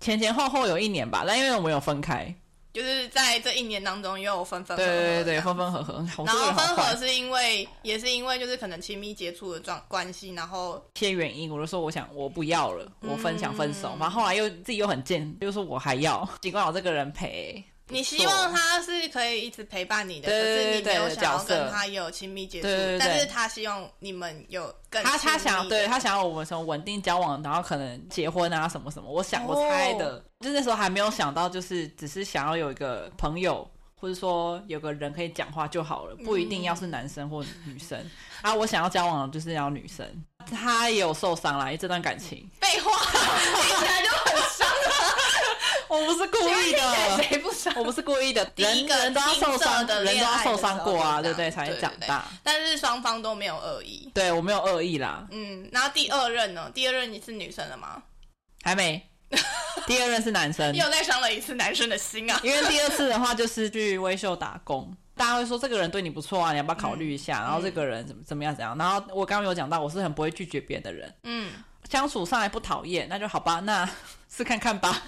Speaker 2: 前前后后有一年吧，但因为我们有分开，
Speaker 1: 就是在这一年当中，又有分分合
Speaker 2: 对
Speaker 1: 合
Speaker 2: 对对对，
Speaker 1: 这样
Speaker 2: 分分合合，我
Speaker 1: 然
Speaker 2: 这
Speaker 1: 后
Speaker 2: 个人好
Speaker 1: 分
Speaker 2: 坏
Speaker 1: 合是因为，也是因为就是可能亲密接触的状关系，然后
Speaker 2: 一些原因，我就说我想我不要了，我分
Speaker 1: 嗯
Speaker 2: 哦想分手。然后后来又自己又很贱，又说我还要，尽管有这个人陪，
Speaker 1: 你希望他是可以一直陪伴你的，
Speaker 2: 对对
Speaker 1: 可是你没有
Speaker 2: 对对
Speaker 1: 想要
Speaker 2: 角色
Speaker 1: 跟他有亲密接触，
Speaker 2: 对对对
Speaker 1: 但是他希望你们有更
Speaker 2: 他他
Speaker 1: 亲密
Speaker 2: 想
Speaker 1: 的
Speaker 2: 对他想要我们什么稳定交往，然后可能结婚啊什么什么。我想
Speaker 1: 哦
Speaker 2: 我猜的，就那时候还没有想到，就是只是想要有一个朋友，或者说有个人可以讲话就好了，不一定要
Speaker 1: 嗯
Speaker 2: 是男生或女生。啊，我想要交往的就是要女生。他也有受伤啦，因为这段感情，
Speaker 1: 废 话，听起来就很伤。
Speaker 2: 我不是故意的。
Speaker 1: 谁不伤？
Speaker 2: 我不是故意的，
Speaker 1: 第一
Speaker 2: 人
Speaker 1: 个
Speaker 2: 人都要受
Speaker 1: 青涩
Speaker 2: 伤
Speaker 1: 的
Speaker 2: 人都
Speaker 1: 恋
Speaker 2: 要
Speaker 1: 爱的
Speaker 2: 受伤
Speaker 1: 时候
Speaker 2: 过啊，
Speaker 1: 就
Speaker 2: 对不
Speaker 1: 这
Speaker 2: 对？
Speaker 1: 样
Speaker 2: 才
Speaker 1: 对
Speaker 2: 能
Speaker 1: 对
Speaker 2: 长
Speaker 1: 对
Speaker 2: 大。
Speaker 1: 但是双方都没有恶意。
Speaker 2: 对我没有恶意啦，
Speaker 1: 嗯，然后第二任呢？第二任你是女生了吗？
Speaker 2: 还没。 第二任是男生，
Speaker 1: 又再伤了一次男生的心 啊！
Speaker 2: 因为第二次的话就是去微秀打工，大家会说这个人对你不错啊，你要不要考虑一
Speaker 1: 嗯
Speaker 2: 下？然后这个人怎么怎么样怎样？然后我刚刚有讲到，我是很不会拒绝别人的人，
Speaker 1: 嗯
Speaker 2: 相处上来不讨厌，那就好吧，那 试看看 吧，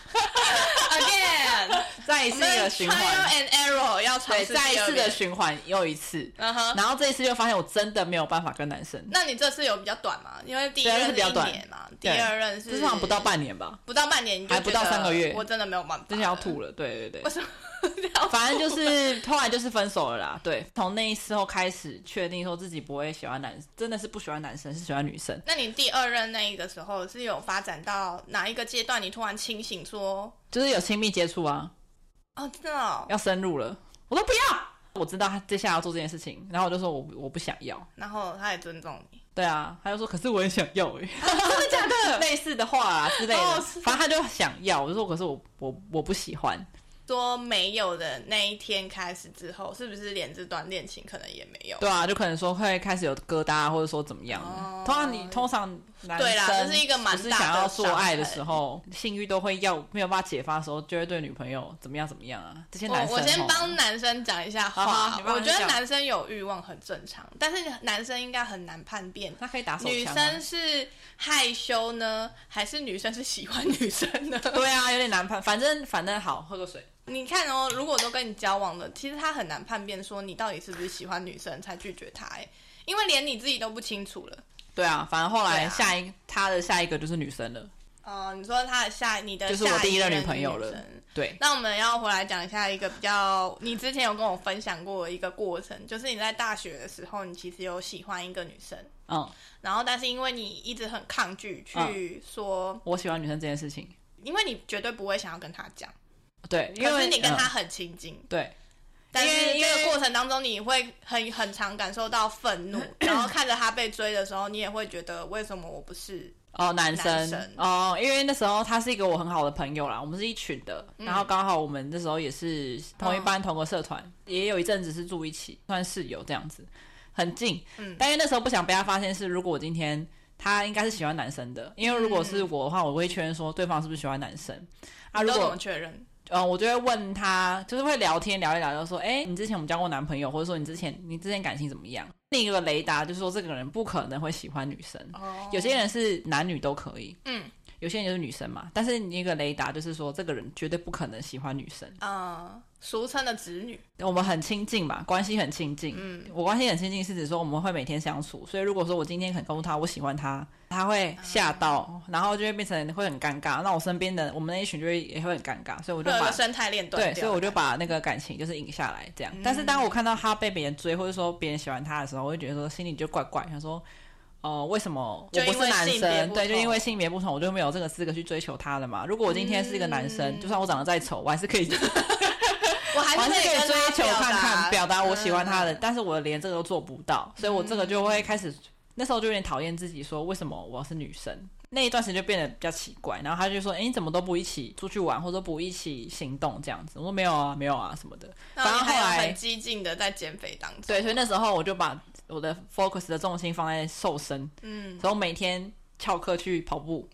Speaker 1: ，again，
Speaker 2: 再一
Speaker 1: 我
Speaker 2: 次
Speaker 1: 们
Speaker 2: 的
Speaker 1: trial
Speaker 2: 循环，
Speaker 1: and error 要尝
Speaker 2: 对，
Speaker 1: 试
Speaker 2: 再一
Speaker 1: 第二
Speaker 2: 次的
Speaker 1: 遍。
Speaker 2: 循环又一次，
Speaker 1: 嗯哼，
Speaker 2: 然后这一次就发现我真的没有办法跟男生，
Speaker 1: 那你这次有比较短吗？因为第一
Speaker 2: 对啊
Speaker 1: 任
Speaker 2: 是比较
Speaker 1: 一
Speaker 2: 短
Speaker 1: 年嘛，第
Speaker 2: 对
Speaker 1: 二任
Speaker 2: 至
Speaker 1: 是
Speaker 2: 少不到半年吧，
Speaker 1: 不到半年，你就
Speaker 2: 还不到
Speaker 1: 觉得
Speaker 2: 三个月
Speaker 1: 我真的没有办法，
Speaker 2: 真的要。吐了，对对对
Speaker 1: 为。什么？要
Speaker 2: 反正就是后来就是分手了啦，对，从那一次后开始确定说自己不会喜欢男，真的是不喜欢男生，是喜欢女生。
Speaker 1: 那你第二任那一个时候是有发展到哪一个阶段？你突然清醒说，
Speaker 2: 就是有亲密接触啊，
Speaker 1: 哦，真的哦，
Speaker 2: 要深入了，我都不要。我知道他接下来要做这件事情，然后我就说我我不想要。
Speaker 1: 然后他也尊重你，
Speaker 2: 对啊，他就说可是我也想要哎、真的假的？ 类似的话啊之类的，
Speaker 1: 哦是
Speaker 2: 反正他就想要，我就说可是我我我不喜欢。
Speaker 1: 说没有的那一天开始之后，是不是连这段恋情可能也没有？
Speaker 2: 对啊，就可能说会开始有疙瘩，啊或者说怎么样的。
Speaker 1: 哦
Speaker 2: 通常你通常男
Speaker 1: 对啦
Speaker 2: 生
Speaker 1: 这是一个蛮
Speaker 2: 不是
Speaker 1: 大的
Speaker 2: 想要做爱的
Speaker 1: 伤害
Speaker 2: 时候，性欲都会要没有办法解发的时候，就会对女朋友怎么样怎么样啊。这些男
Speaker 1: 我
Speaker 2: 生
Speaker 1: 我先
Speaker 2: 吼
Speaker 1: 帮男生讲一下话，
Speaker 2: 好好你帮
Speaker 1: 我
Speaker 2: 他
Speaker 1: 觉得
Speaker 2: 讲
Speaker 1: 男生有欲望很正常，但是男生应该很难判辨，
Speaker 2: 他可以打手
Speaker 1: 女
Speaker 2: 枪啊、
Speaker 1: 生是害羞呢，还是女生是喜欢女生呢？
Speaker 2: 对啊，有点难判。反正反正好，喝个水。
Speaker 1: 你看哦，如果都跟你交往了，其实他很难判别说你到底是不是喜欢女生才拒绝他，哎，因为连你自己都不清楚了。
Speaker 2: 对啊，反正后
Speaker 1: 对
Speaker 2: 来
Speaker 1: 啊
Speaker 2: 下一、他的下一个就是女生了，
Speaker 1: 哦、你说他的下你的
Speaker 2: 就是
Speaker 1: 下
Speaker 2: 我第
Speaker 1: 一
Speaker 2: 一任
Speaker 1: 任
Speaker 2: 女朋友
Speaker 1: 女
Speaker 2: 了
Speaker 1: 生。
Speaker 2: 对，
Speaker 1: 那我们要回来讲一下一个比较，你之前有跟我分享过一个过程，就是你在大学的时候，你其实有喜欢一个女生，
Speaker 2: 嗯，
Speaker 1: 然后但是因为你一直很抗拒去说，
Speaker 2: 我喜欢女生这件事情，
Speaker 1: 因为你绝对不会想要跟她讲，
Speaker 2: 对，因
Speaker 1: 可
Speaker 2: 为
Speaker 1: 是你跟她
Speaker 2: 嗯
Speaker 1: 很亲近，
Speaker 2: 对，
Speaker 1: 但
Speaker 2: 因
Speaker 1: 是
Speaker 2: 为
Speaker 1: 这
Speaker 2: 因为
Speaker 1: 个过程当中，你会很很常感受到愤 怒，然后看着他被追的时候，你也会觉得为什么我不是？
Speaker 2: 哦，男生
Speaker 1: 男生
Speaker 2: 哦，因为那时候他是一个我很好的朋友啦，我们是一群的，然后刚好我们那时候也是同一班、同个社团，也有一阵子是住一起，算室友这样子，很近。
Speaker 1: 嗯
Speaker 2: 但因为那时候不想被他发现是，如果我今天他应该是喜欢男生的，因为如果是我的话，我会确认说对方是不是喜欢男生。啊，
Speaker 1: 你都
Speaker 2: 如
Speaker 1: 怎
Speaker 2: 果
Speaker 1: 么确认？
Speaker 2: 嗯，我就会问他，就是会聊天聊一聊，就说，哎、你之前我们交过男朋友，或者说你之前你之前感情怎么样？另一个雷达就是说，这个人不可能会喜欢女生，
Speaker 1: 哦
Speaker 2: 有些人是男女都可以，
Speaker 1: 嗯，
Speaker 2: 有些人就是女生嘛，但是你一个雷达就是说，这个人绝对不可能喜欢女生。
Speaker 1: 呃，俗称的直女，
Speaker 2: 我们很亲近嘛，关系很亲近。嗯，我关系很亲近是指说我们会每天相处，所以如果说我今天肯告诉他我喜欢他，他会吓到，然后就会变成会很尴尬。那我身边的我们那一群就会也会很尴尬，所以我就
Speaker 1: 会有一
Speaker 2: 把
Speaker 1: 个生态链断
Speaker 2: 对，
Speaker 1: 掉。嗯
Speaker 2: 所以我就把那个感情就是引下来，这样。但是当我看到他被别人追，或者说别人喜欢他的时候，我就觉得说心里就怪怪，想说，呃，为什么我
Speaker 1: 就
Speaker 2: 不
Speaker 1: 因为
Speaker 2: 是男
Speaker 1: 性别不
Speaker 2: 生？对，就
Speaker 1: 同
Speaker 2: 因为性别不同，我就没有这个资格去追求他了嘛。如果我今天是一个男生，
Speaker 1: 嗯
Speaker 2: 就算我长得再丑，我还是可以，
Speaker 1: 我
Speaker 2: 我
Speaker 1: 还
Speaker 2: 还
Speaker 1: 是
Speaker 2: 是可以
Speaker 1: 哎跟
Speaker 2: 追
Speaker 1: 他
Speaker 2: 求看看，表达我喜欢他的。
Speaker 1: 嗯
Speaker 2: 但是我连这个都做不到，所以我这个就会开始，那时候就有点讨厌自己，说为什么我是女生。那一段时间就变得比较奇怪，然后他就说：“哎、你怎么都不一起出去玩，或者不一起行动这样子？”我说：“没有啊，没有啊，什么的。”
Speaker 1: 嗯然后你还有
Speaker 2: 反正后来
Speaker 1: 很激进的在减肥当中。
Speaker 2: 对，所以那时候我就把我的 focus 的重心放在瘦身，
Speaker 1: 嗯，
Speaker 2: 然后每天翘课去跑步。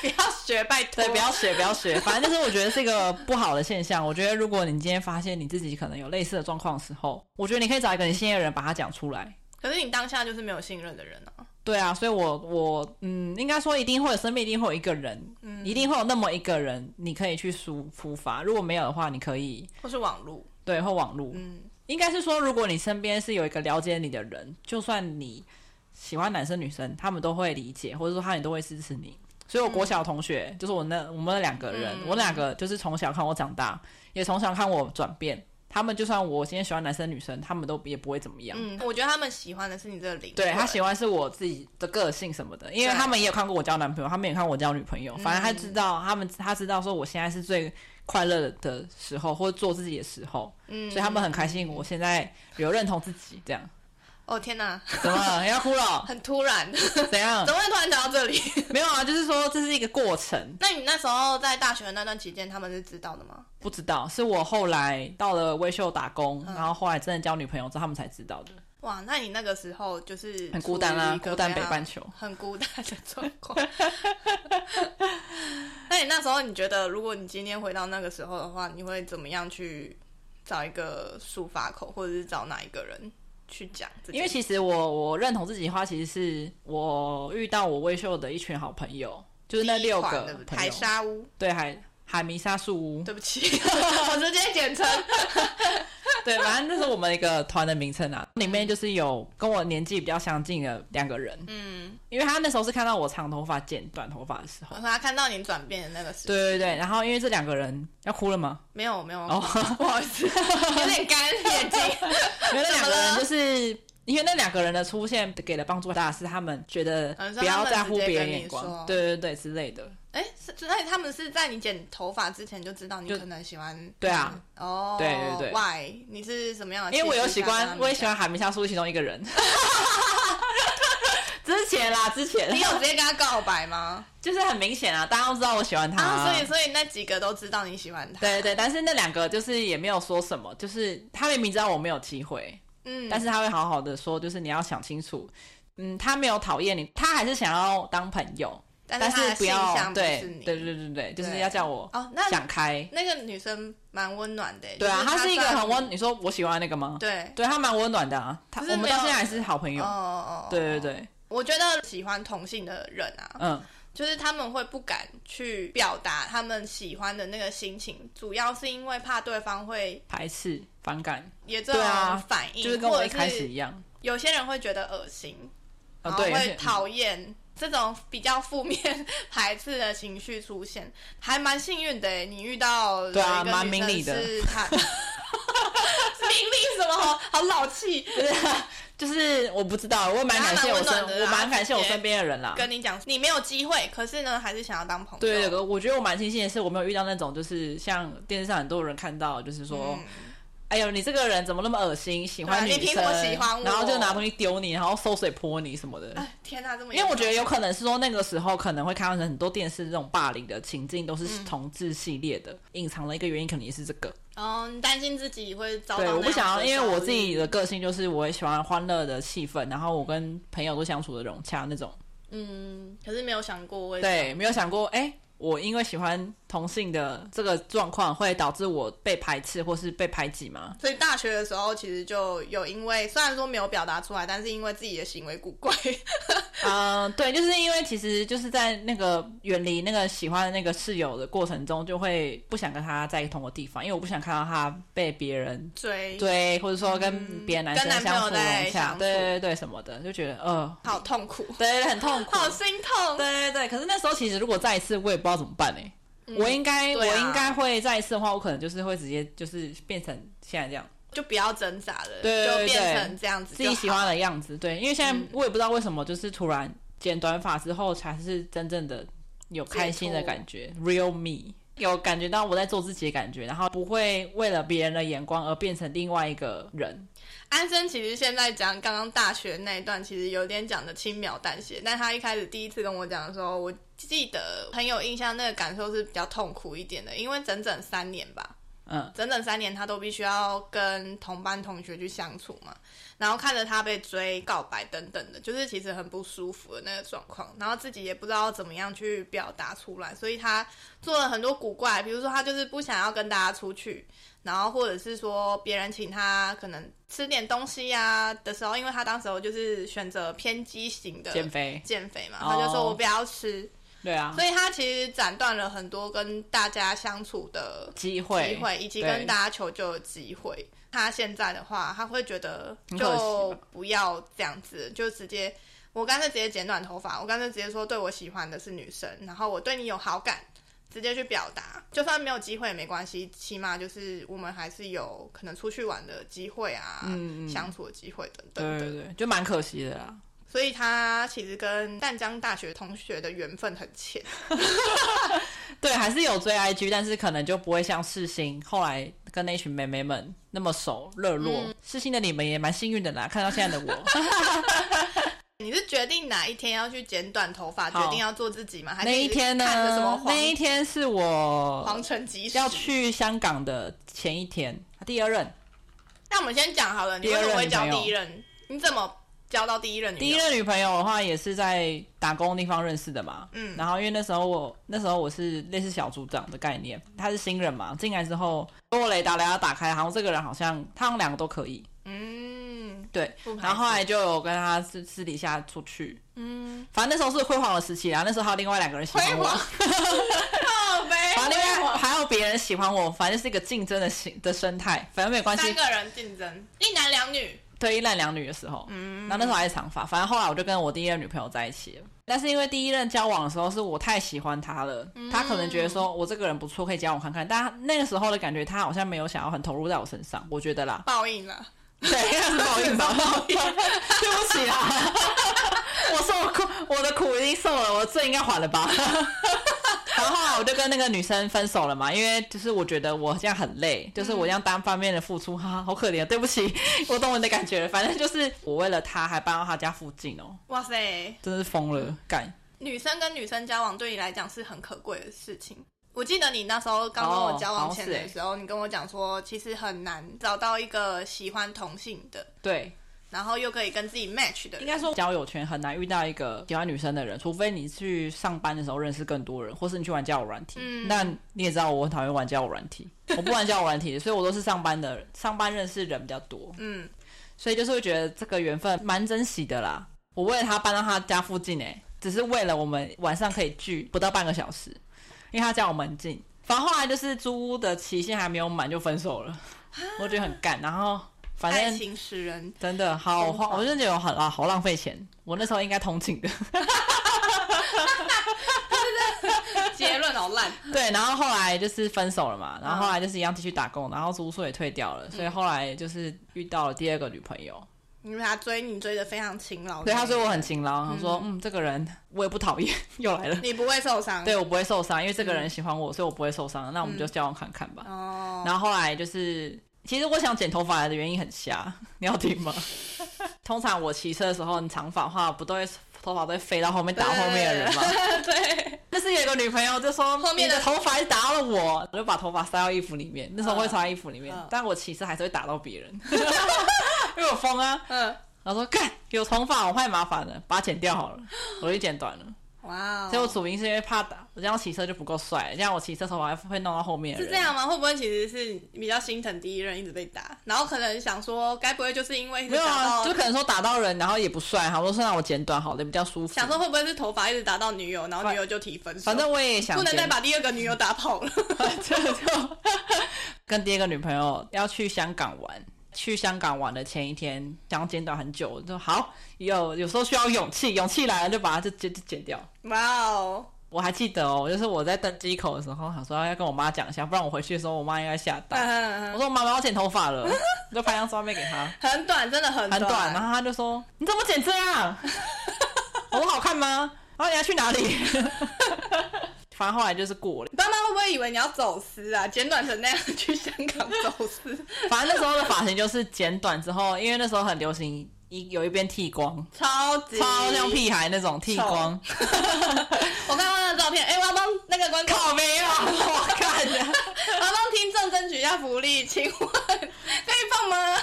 Speaker 1: 不要学，拜托，
Speaker 2: 对，不要学，不要学，反正就是我觉得是一个不好的现象。我觉得如果你今天发现你自己可能有类似的状况的时候，我觉得你可以找一个你信任的人把它讲出来。
Speaker 1: 可是你当下就是没有信任的人啊。
Speaker 2: 对啊，所以我我嗯，应该说一定会有身边一定会有一个人，
Speaker 1: 嗯
Speaker 2: 一定会有那么一个人，你可以去抒抒发。如果没有的话，你可以
Speaker 1: 或是网络，
Speaker 2: 对或网络，
Speaker 1: 嗯，
Speaker 2: 应该是说，如果你身边是有一个了解你的人，就算你喜欢男生女生，他们都会理解，或者说他们都会支持你。所以我国小同学、就是我那我们那两个人，
Speaker 1: 嗯
Speaker 2: 我两个就是从小看我长大，也从小看我转变。他们就算我今天喜欢男生女生，他们都也不会怎么样。
Speaker 1: 嗯，我觉得他们喜欢的是你这个灵魂，
Speaker 2: 对他喜欢是我自己的个性什么的，因为
Speaker 1: 对嗯
Speaker 2: 他们也有看过我交男朋友，他们也看过我交女朋友，反正他知道、他们他知道说我现在是最快乐的时候，或者做自己的时候，
Speaker 1: 嗯，
Speaker 2: 所以他们很开心。我现在有认同自己这样，
Speaker 1: 哦天哪，
Speaker 2: 怎么要哭了？
Speaker 1: 很突 然，
Speaker 2: 怎样？
Speaker 1: 怎么会突然讲到这里？
Speaker 2: 没有啊，就是说这是一个过程，
Speaker 1: 那你那时候在大学的那段期间，他们是知道的吗？
Speaker 2: 不知道是我后来到了微秀打工，
Speaker 1: 嗯
Speaker 2: 然后后来真的交女朋友之后，他们才知道的。
Speaker 1: 哇，那你那个时候就是
Speaker 2: 很孤单
Speaker 1: 处
Speaker 2: 啊
Speaker 1: 于一，个
Speaker 2: 孤单
Speaker 1: 非
Speaker 2: 北
Speaker 1: 常
Speaker 2: 半球。
Speaker 1: 很孤单的状况。那你那时候你觉得，如果你今天回到那个时候的话，你会怎么样去找一个抒发口，或者是找哪一个人去讲这件事？
Speaker 2: 因为其实我我认同自己的话，其实是我遇到我微秀的一群好朋友，就是那六
Speaker 1: 第一款
Speaker 2: 个
Speaker 1: 的
Speaker 2: 朋
Speaker 1: 海
Speaker 2: 友，
Speaker 1: 沙屋，
Speaker 2: 对海海迷沙 树屋，
Speaker 1: 对不起， 我直接简称。
Speaker 2: 对，反正这是我们一个团的名称啊。里面就是有跟我年纪比较相近的两个人，
Speaker 1: 嗯，
Speaker 2: 因为他那时候是看到我长头发剪短头发的时候
Speaker 1: 我，他看到你转变的那个时候，
Speaker 2: 对对对，然后因为这两个人要哭了吗？
Speaker 1: 没有没有，
Speaker 2: 哦，
Speaker 1: 不好意思，有点干眼睛。
Speaker 2: 因为那两个
Speaker 1: 怎么
Speaker 2: 人
Speaker 1: 了
Speaker 2: 就是因为那两个人的出现给的帮助很大，是他们觉得
Speaker 1: 嗯
Speaker 2: 不要在乎别人眼
Speaker 1: 所以他
Speaker 2: 光，
Speaker 1: 们直
Speaker 2: 对对对之类的。
Speaker 1: 哎，是，所以他们是在你剪头发之前就知道你
Speaker 2: 就
Speaker 1: 可能喜欢。
Speaker 2: 对啊，
Speaker 1: 哦，
Speaker 2: 对对对
Speaker 1: ，Why？你是什么样的契
Speaker 2: 因
Speaker 1: 机
Speaker 2: 为
Speaker 1: 下
Speaker 2: 我
Speaker 1: 跟他们
Speaker 2: 有喜
Speaker 1: 讲？
Speaker 2: 欢，我也喜欢海明夏树其中一 个人。之前啦，之前
Speaker 1: 你有直接跟他告白吗？
Speaker 2: 就是很明显啊，大家都知道我喜欢他、
Speaker 1: 啊，所以所以那几个都知道你喜欢他。
Speaker 2: 对对，但是那两个就是也没有说什么，就是他明明知道我没有机会，
Speaker 1: 嗯，
Speaker 2: 但是他会好好的说，就是你要想清楚，嗯，他没有讨厌你，他还是想要当朋友，
Speaker 1: 但
Speaker 2: 但
Speaker 1: 他的
Speaker 2: 不
Speaker 1: 性
Speaker 2: 要
Speaker 1: 向不
Speaker 2: 对
Speaker 1: 是你。
Speaker 2: 对对对对，就是
Speaker 1: 对
Speaker 2: 要叫我
Speaker 1: 哦，那
Speaker 2: 想开。
Speaker 1: 那个女生蛮温暖的。
Speaker 2: 对啊，
Speaker 1: 就
Speaker 2: 他
Speaker 1: 是
Speaker 2: 是一个
Speaker 1: 算
Speaker 2: 很温，你说我喜欢那个吗？
Speaker 1: 对。
Speaker 2: 对，他蛮温暖的啊，他
Speaker 1: 就
Speaker 2: 我
Speaker 1: 是
Speaker 2: 们
Speaker 1: 没有
Speaker 2: 到现在还是好朋
Speaker 1: 哦
Speaker 2: 友。
Speaker 1: 哦，哦
Speaker 2: 对对，对，
Speaker 1: 我觉得喜欢同性的人啊，
Speaker 2: 嗯，
Speaker 1: 就是他们会不敢去表达他们喜欢的那个心情，主要是因为怕对方会
Speaker 2: 排斥反感，
Speaker 1: 也这
Speaker 2: 对啊
Speaker 1: 种反应，
Speaker 2: 就是跟
Speaker 1: 或
Speaker 2: 我
Speaker 1: 者
Speaker 2: 一开始
Speaker 1: 是
Speaker 2: 一样。
Speaker 1: 有些人会觉得恶心，
Speaker 2: 哦
Speaker 1: 然后
Speaker 2: 对有些
Speaker 1: 会讨厌这种比较负面排斥的情绪出现，还蛮幸运的欸，你遇到
Speaker 2: 对啊
Speaker 1: 有一个
Speaker 2: 蛮
Speaker 1: 女
Speaker 2: 明理
Speaker 1: 生
Speaker 2: 的
Speaker 1: 是 她明理什么好好老气，
Speaker 2: 就是我不知道，我也蛮感谢我
Speaker 1: 还蛮
Speaker 2: 身，
Speaker 1: 温暖的
Speaker 2: 我
Speaker 1: 啦
Speaker 2: 蛮感谢我
Speaker 1: 直接
Speaker 2: 身边的人啦。
Speaker 1: 跟你讲你没有机会，可是呢还是想要当朋友，
Speaker 2: 对对对，我觉得我蛮庆幸的是，我没有遇到那种就是像电视上很多人看到，就是说，
Speaker 1: 嗯
Speaker 2: 哎呦，你这个人怎么那么恶心，喜
Speaker 1: 对啊
Speaker 2: 欢女
Speaker 1: 你凭
Speaker 2: 生，
Speaker 1: 什么喜欢我
Speaker 2: 然后就拿东西丢你，然后馊水泼你什么的。
Speaker 1: 哎天哪，这么
Speaker 2: 因为我觉得
Speaker 1: 严
Speaker 2: 有可能是说那个时候可能会看到很多电视这种霸凌的情境都
Speaker 1: 嗯
Speaker 2: 是同志系列的，隐藏的一个原因可能也是这个。
Speaker 1: 重哦，你担心自己会遭到
Speaker 2: 对，
Speaker 1: 哦那样
Speaker 2: 我不
Speaker 1: 的
Speaker 2: 想要，因为
Speaker 1: 遭遇
Speaker 2: 我自己的个性就是我也喜欢欢乐的气氛，然后我跟朋友都相处的融洽那种。
Speaker 1: 嗯，可是没有想过为什么
Speaker 2: 对，没有想过，哎、我因为喜欢同性的这个状况，会导致我被排斥或是被排挤吗？
Speaker 1: 所以大学的时候，其实就有因为虽然说没有表达出来，但是因为自己的行为古怪，
Speaker 2: 嗯、对，就是因为其实就是在那个远离那个喜欢的那个室友的过程中，就会不想跟他在同个地方，因为我不想看到他被别人
Speaker 1: 追
Speaker 2: 追，或者说跟
Speaker 1: 嗯
Speaker 2: 别的男
Speaker 1: 跟
Speaker 2: 生
Speaker 1: 男朋
Speaker 2: 相
Speaker 1: 友
Speaker 2: 处
Speaker 1: 在
Speaker 2: 融
Speaker 1: 相
Speaker 2: 洽，
Speaker 1: 处
Speaker 2: 对对对，什么的，就觉得呃，
Speaker 1: 好痛苦，
Speaker 2: 对，很痛苦。
Speaker 1: 好心痛。
Speaker 2: 对对对，可是那时候其实如果再一次，我也不知道怎么办呢、欸我应该、
Speaker 1: 对
Speaker 2: 我
Speaker 1: 啊
Speaker 2: 应该会再一次的话，我可能就是会直接就是变成现在这样。
Speaker 1: 就不要挣扎了，
Speaker 2: 对对对
Speaker 1: 就变成这样子
Speaker 2: 自
Speaker 1: 就好，嗯
Speaker 2: 己喜欢的样子。对，因为现在我也不知道为什么，就是突然剪短发之后，才是真正的有开心的感觉，real me，有感觉到我在做自己的感觉，然后不会为了别人的眼光而变成另外一个人。
Speaker 1: 安生其实现在讲刚刚大学那一段，其实有点讲的轻描淡写，但他一开始第一次跟我讲的时候，我记得很有印象，那个感受是比较痛苦一点的，因为整整三年吧，
Speaker 2: 嗯，
Speaker 1: 整整三年，他都必须要跟同班同学去相处嘛，然后看着他被追、告白等等的，就是其实很不舒服的那个状况，然后自己也不知道怎么样去表达出来，所以他做了很多古怪，比如说他就是不想要跟大家出去，然后或者是说别人请他可能吃点东西呀、的时候，因为他当时候就是选择偏激型的
Speaker 2: 减肥，
Speaker 1: 减肥嘛，
Speaker 2: 哦
Speaker 1: 他就说我不要吃，
Speaker 2: 对啊，
Speaker 1: 所以他其实斩断了很多跟大家相处的
Speaker 2: 机会，
Speaker 1: 机会，以及
Speaker 2: 对
Speaker 1: 跟大家求救的机会。他现在的话，他会觉得
Speaker 2: 很可惜
Speaker 1: 就
Speaker 2: 吧
Speaker 1: 不要这样子，就直接我干脆直接剪短头发，我干脆直接说对我喜欢的是女生，然后我对你有好感，直接去表达，就算没有机会也没关系，起码就是我们还是有可能出去玩的机会啊，
Speaker 2: 嗯嗯
Speaker 1: 相处的机会等等
Speaker 2: 对
Speaker 1: 的。
Speaker 2: 对对，就蛮可惜的啦。
Speaker 1: 所以他其实跟淡江大学同学的缘分很浅，
Speaker 2: 对，还是有追 IG，但是可能就不会像世新后来跟那一群妹妹们那么熟热络。
Speaker 1: 嗯
Speaker 2: 世新的你们也蛮幸运的 啦，看到现在的我，
Speaker 1: 你是决定哪一天要去剪短头发，决
Speaker 2: 好
Speaker 1: 定要做自己吗？还是
Speaker 2: 那一天呢
Speaker 1: 你是看着什么？
Speaker 2: 那一
Speaker 1: 黄
Speaker 2: 天是我
Speaker 1: 黄晨吉
Speaker 2: 要去香港的前一天，第二任
Speaker 1: 那我们先讲好了，你
Speaker 2: 第
Speaker 1: 为
Speaker 2: 二
Speaker 1: 什
Speaker 2: 任
Speaker 1: 么会交
Speaker 2: 女朋
Speaker 1: 第
Speaker 2: 友
Speaker 1: 一任？你怎么交到第一任女
Speaker 2: 第一
Speaker 1: 友？
Speaker 2: 任女朋友的话也是在打工地方认识的嘛。
Speaker 1: 嗯
Speaker 2: 然后因为那时候我那时候我是类似小组长的概念，他是新人嘛，进来之后给我雷达雷达打开，好像这个人好像他们两个都可以。
Speaker 1: 嗯，
Speaker 2: 对
Speaker 1: 不，排
Speaker 2: 然后后
Speaker 1: 斥
Speaker 2: 来就有跟他私私底下出去，
Speaker 1: 嗯，
Speaker 2: 反正那时候是辉煌的时期啊，那时候还有另外两个人喜
Speaker 1: 辉
Speaker 2: 欢我，
Speaker 1: 煌， 靠背，
Speaker 2: 反正
Speaker 1: 辉
Speaker 2: 另外
Speaker 1: 煌，
Speaker 2: 还有别人喜欢我，反正是一个竞争的形的生态，反正没关
Speaker 1: 三
Speaker 2: 系。
Speaker 1: 个人竞争，一男两女，。
Speaker 2: 对一男两女的时候，嗯，然后那时候还是长发，反正后来我就跟我第一任女朋友在一起了。但是因为第一任交往的时候是我太喜欢他了，他可能觉得说我这个人不错，可以交往看看。但他那个时候的感觉，他好像没有想要很投入在我身上，我觉得啦
Speaker 1: 报应了。
Speaker 2: 对，那是抱怨吧，抱怨，对不起啊啦。 我受苦，我的苦已经受了，我的罪应该还了吧。 然后后来我就跟那个女生分手了嘛，因为就是我觉得我这样很累，就是我这样单方面的付出，哈、哈，好可怜，对不 起，我懂你的感觉了。反正就是我为了她还搬到她家附近哦，
Speaker 1: 哇塞，
Speaker 2: 真是疯了，干。
Speaker 1: 女生跟女生交往对你来讲是很可贵的事情。我记得你那时候刚跟我交往前
Speaker 2: 哦好像
Speaker 1: 的
Speaker 2: 是
Speaker 1: 时候，你跟我讲说，其实很难找到一个喜欢同性的，
Speaker 2: 对，
Speaker 1: 然后又可以跟自己 match 的人。
Speaker 2: 应该说交友圈很难遇到一个喜欢女生的人，除非你去上班的时候认识更多人，或是你去玩交友软体。
Speaker 1: 嗯
Speaker 2: 那你也知道我很讨厌玩交友软体，我不玩交友软体，所以我都是上班的，上班认识人比较多，
Speaker 1: 嗯，
Speaker 2: 所以就是会觉得这个缘分蛮珍惜的啦。我为了他搬到他家附近诶、欸只是为了我们晚上可以聚不到半个小时，因为他家我们很近。反正后来就是租屋的期限还没有满就分手了，我觉得很干。然后反
Speaker 1: 爱
Speaker 2: 正
Speaker 1: 情使人
Speaker 2: 真的好
Speaker 1: 疯狂
Speaker 2: 花，我真的觉得好啊，好浪费钱。我那时候应该同情 的，
Speaker 1: 结论好烂。
Speaker 2: 对。然后后来就是分手了嘛，然后后来就是一样继续打工，然后租宿也退掉了，所以后来就是遇到了第二个女朋友，
Speaker 1: 因为他追你追的非常勤劳，
Speaker 2: 对，他说我很勤劳，他说嗯嗯，这嗯个人我也不讨厌，又来了，
Speaker 1: 你不会受伤，
Speaker 2: 对我不会受伤，因为这个人喜欢我，所以我不会受伤，那我们就交往看看吧。
Speaker 1: 哦，
Speaker 2: 然后后来就是，其实我想剪头发的原因很瞎，你要听 吗？通常我骑车的时候，你长发的话，不都会头发都会飞到后面打后面的人吗？
Speaker 1: 对，
Speaker 2: 但是有一个女朋友就说
Speaker 1: 后面
Speaker 2: 你
Speaker 1: 的
Speaker 2: 的头发一直打到我，我就把头发塞到衣服里面。那时候会塞到衣服里面，
Speaker 1: 嗯
Speaker 2: 但我其实还是会打到 别人， 因为我疯啊。
Speaker 1: 嗯，
Speaker 2: 然后说干有头发我太麻烦了，把它剪掉好了，我就剪短了。
Speaker 1: 哇哦，
Speaker 2: 所以我主因是因为怕打，我这样骑车就不够帅，这样我骑车头发会弄到后面的
Speaker 1: 是
Speaker 2: 人。
Speaker 1: 这样吗？会不会其实是比较心疼第一任一直被打，然后可能想说，该不会就是因为一直
Speaker 2: 没有
Speaker 1: 打
Speaker 2: 啊，
Speaker 1: 到，
Speaker 2: 就可能说打到人，然后也不帅，好多说让我剪短好了，比较舒服。
Speaker 1: 想说会不会是头发一直打到女友，然后女友就提分手，
Speaker 2: 反正我也想
Speaker 1: 不能
Speaker 2: 剪
Speaker 1: 再把第二个女友打跑了。
Speaker 2: 这就跟第一个女朋友要去香港玩，去香港玩的前一天，想要剪短很久，我就好有有时候需要勇气，勇气来了就把它就剪就剪掉。
Speaker 1: 哇哦，
Speaker 2: 我还记得哦，就是我在登机口的时候，想说要跟我妈讲一下，不然我回去的时候我妈应该吓到。我
Speaker 1: 嗯
Speaker 2: 说妈妈我剪头发了，我就拍张照片给她，
Speaker 1: 很短，真的很
Speaker 2: 很短，啊然后她就说你怎么剪这样？我说好看吗？然后你要去哪里？反正后来就是过了。
Speaker 1: 你爸妈会不会以为你要走私啊？剪短成那样去香港走 私，
Speaker 2: 反正那时候的发型就是剪短之后，因为那时候很流行一有一边剃光，
Speaker 1: 超级
Speaker 2: 超像屁孩那种剃 光，
Speaker 1: 我看到那个照片，哎、我要帮那个观众，
Speaker 2: 靠没有，我看的。
Speaker 1: 我要帮听众争取一下福利，请问可以放吗？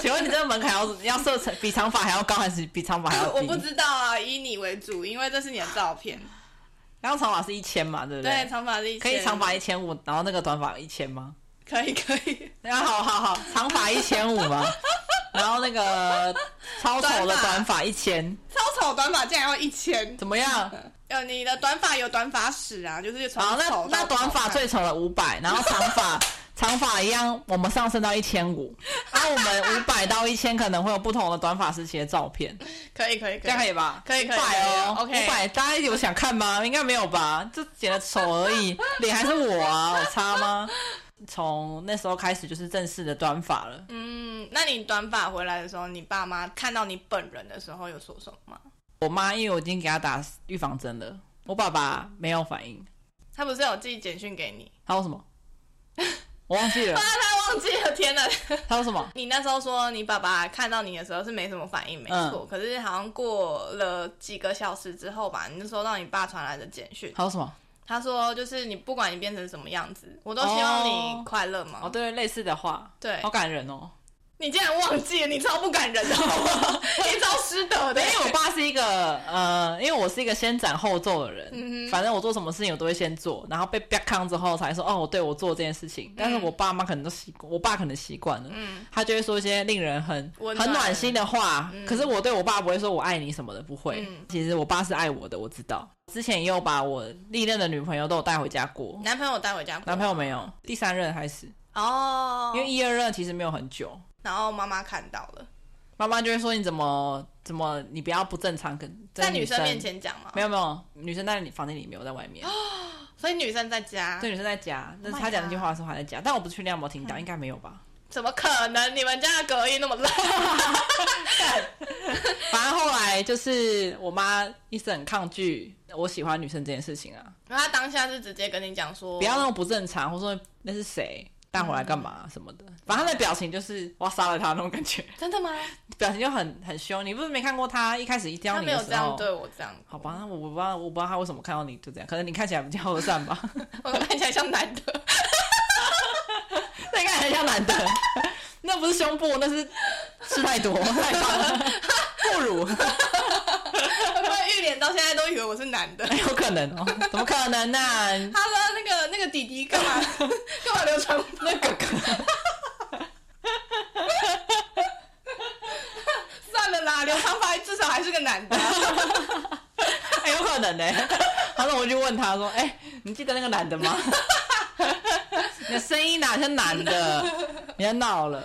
Speaker 2: 请问你这个门槛要要设成比长发还要高，还是比长发还 要低？
Speaker 1: 我不知道啊，以你为主，因为这是你的照片。
Speaker 2: 然后长发是一千嘛，对不
Speaker 1: 对，？长发是一千
Speaker 2: 可以长发，一千五，然后那个短发一千吗？
Speaker 1: 可以可以。
Speaker 2: 然后好好好，长发一千五嘛，然后那个超
Speaker 1: 短
Speaker 2: 丑的
Speaker 1: 发
Speaker 2: 短发一千，
Speaker 1: 超丑短发竟然要一千，
Speaker 2: 怎么样？
Speaker 1: 呃，你的短发有短发史啊，就是从
Speaker 2: 好，那
Speaker 1: 丑到
Speaker 2: 那短
Speaker 1: 好
Speaker 2: 发
Speaker 1: 看
Speaker 2: 最丑的五百，然后长发 长发一样，我们上升到一千五，然后我们五百到一千可能会有不同的短发时期的照片，
Speaker 1: 可以可以
Speaker 2: 这
Speaker 1: 可
Speaker 2: 样可
Speaker 1: 以，
Speaker 2: 以吧？
Speaker 1: 可以可以
Speaker 2: 五百哦
Speaker 1: 可以，OK
Speaker 2: 五百，大家有想看吗？应该没有吧，就剪了丑而已，脸还是 我啊，有差吗？从那时候开始就是正式的短发了，
Speaker 1: 嗯，那你短发回来的时候，你爸妈看到你本人的时候有说什么吗？
Speaker 2: 我妈因为我已经给她打预防针了，我爸爸没有反应，
Speaker 1: 他不是有寄简讯给你？
Speaker 2: 他说什么？ 我忘记 了
Speaker 1: 啊，，他忘记了，天哪！
Speaker 2: 他说什么？
Speaker 1: 你那时候说你爸爸看到你的时候是没什么反应，没
Speaker 2: 嗯
Speaker 1: 错。可是好像过了几个小时之后吧，你就收到你爸传来的简讯，
Speaker 2: 他说什么？
Speaker 1: 他说就是你不管你变成什么样子，我都希望
Speaker 2: 哦
Speaker 1: 你快乐嘛。
Speaker 2: 哦，对，类似的话，
Speaker 1: 对
Speaker 2: 好感人 哦。
Speaker 1: 你竟然忘记了，你超不感人的，好不 好你超失德的。
Speaker 2: 因为我爸是一个呃，因为我是一个先斩后奏的人，
Speaker 1: 嗯
Speaker 2: 反正我做什么事情我都会先做，然后被啪康之后才说哦，对我做这件事
Speaker 1: 嗯
Speaker 2: 情。但是我爸妈可能都习，我爸可能习惯了，他就会说一些令人很
Speaker 1: 温暖
Speaker 2: 很暖心的话。可是我对我爸不会说我爱你什么的，不会。
Speaker 1: 嗯
Speaker 2: 其实我爸是爱我的，我知道。之前也有把我历任的女朋友都有带回家过，
Speaker 1: 男朋友带回家过，
Speaker 2: 男朋友没有，第三任还是，
Speaker 1: 哦，
Speaker 2: 因为一二任其实没有很久。
Speaker 1: 然后妈妈看到了，
Speaker 2: 妈妈就会说你怎么怎么你不要不正常跟
Speaker 1: 在
Speaker 2: 女
Speaker 1: 女生面前讲嘛，
Speaker 2: 没有没有，女生在你房间里面，我在外面。
Speaker 1: 所以女生在家，
Speaker 2: 对，女生在家。那
Speaker 1: 哦 Oh my
Speaker 2: 他讲那句话的时候还在家，但我不确定有没有听到，应该没有吧。
Speaker 1: 怎么可能？你们家的隔音那么烂？嗯
Speaker 2: 反正后来就是我妈一直很抗拒我喜欢女生这件事情啊，
Speaker 1: 然后他当下是直接跟你讲说，
Speaker 2: 不要那么不正常，或者说那是谁带回来
Speaker 1: 嗯
Speaker 2: 干嘛什么的。反正她的表情就是我要杀了她那种感觉，
Speaker 1: 真的吗？
Speaker 2: 表情就很很凶。你不是没看过她一开始一
Speaker 1: 他
Speaker 2: 撩你
Speaker 1: 没有
Speaker 2: 的
Speaker 1: 这
Speaker 2: 时
Speaker 1: 样
Speaker 2: 候？
Speaker 1: 对我这样，
Speaker 2: 好吧，那我不知道，我不知道她为什么看到你就这样，可能你看起来比较和善吧。
Speaker 1: 我看起来像男 的，
Speaker 2: 那应该很像男的，那不是胸部，那是吃太多太胖了，不乳，
Speaker 1: 会不会玉莲到现在都以为我是男的？
Speaker 2: 有可能哦，怎么可能呢、啊
Speaker 1: 他说那个那个弟弟干 嘛干嘛流传？
Speaker 2: 那个可
Speaker 1: 算了 啦，刘长发至少还是个男的。
Speaker 2: 哎有可能呢、好，那我就问他说，哎、你记得那个男的吗？ 你的声音哪像男的？别闹了，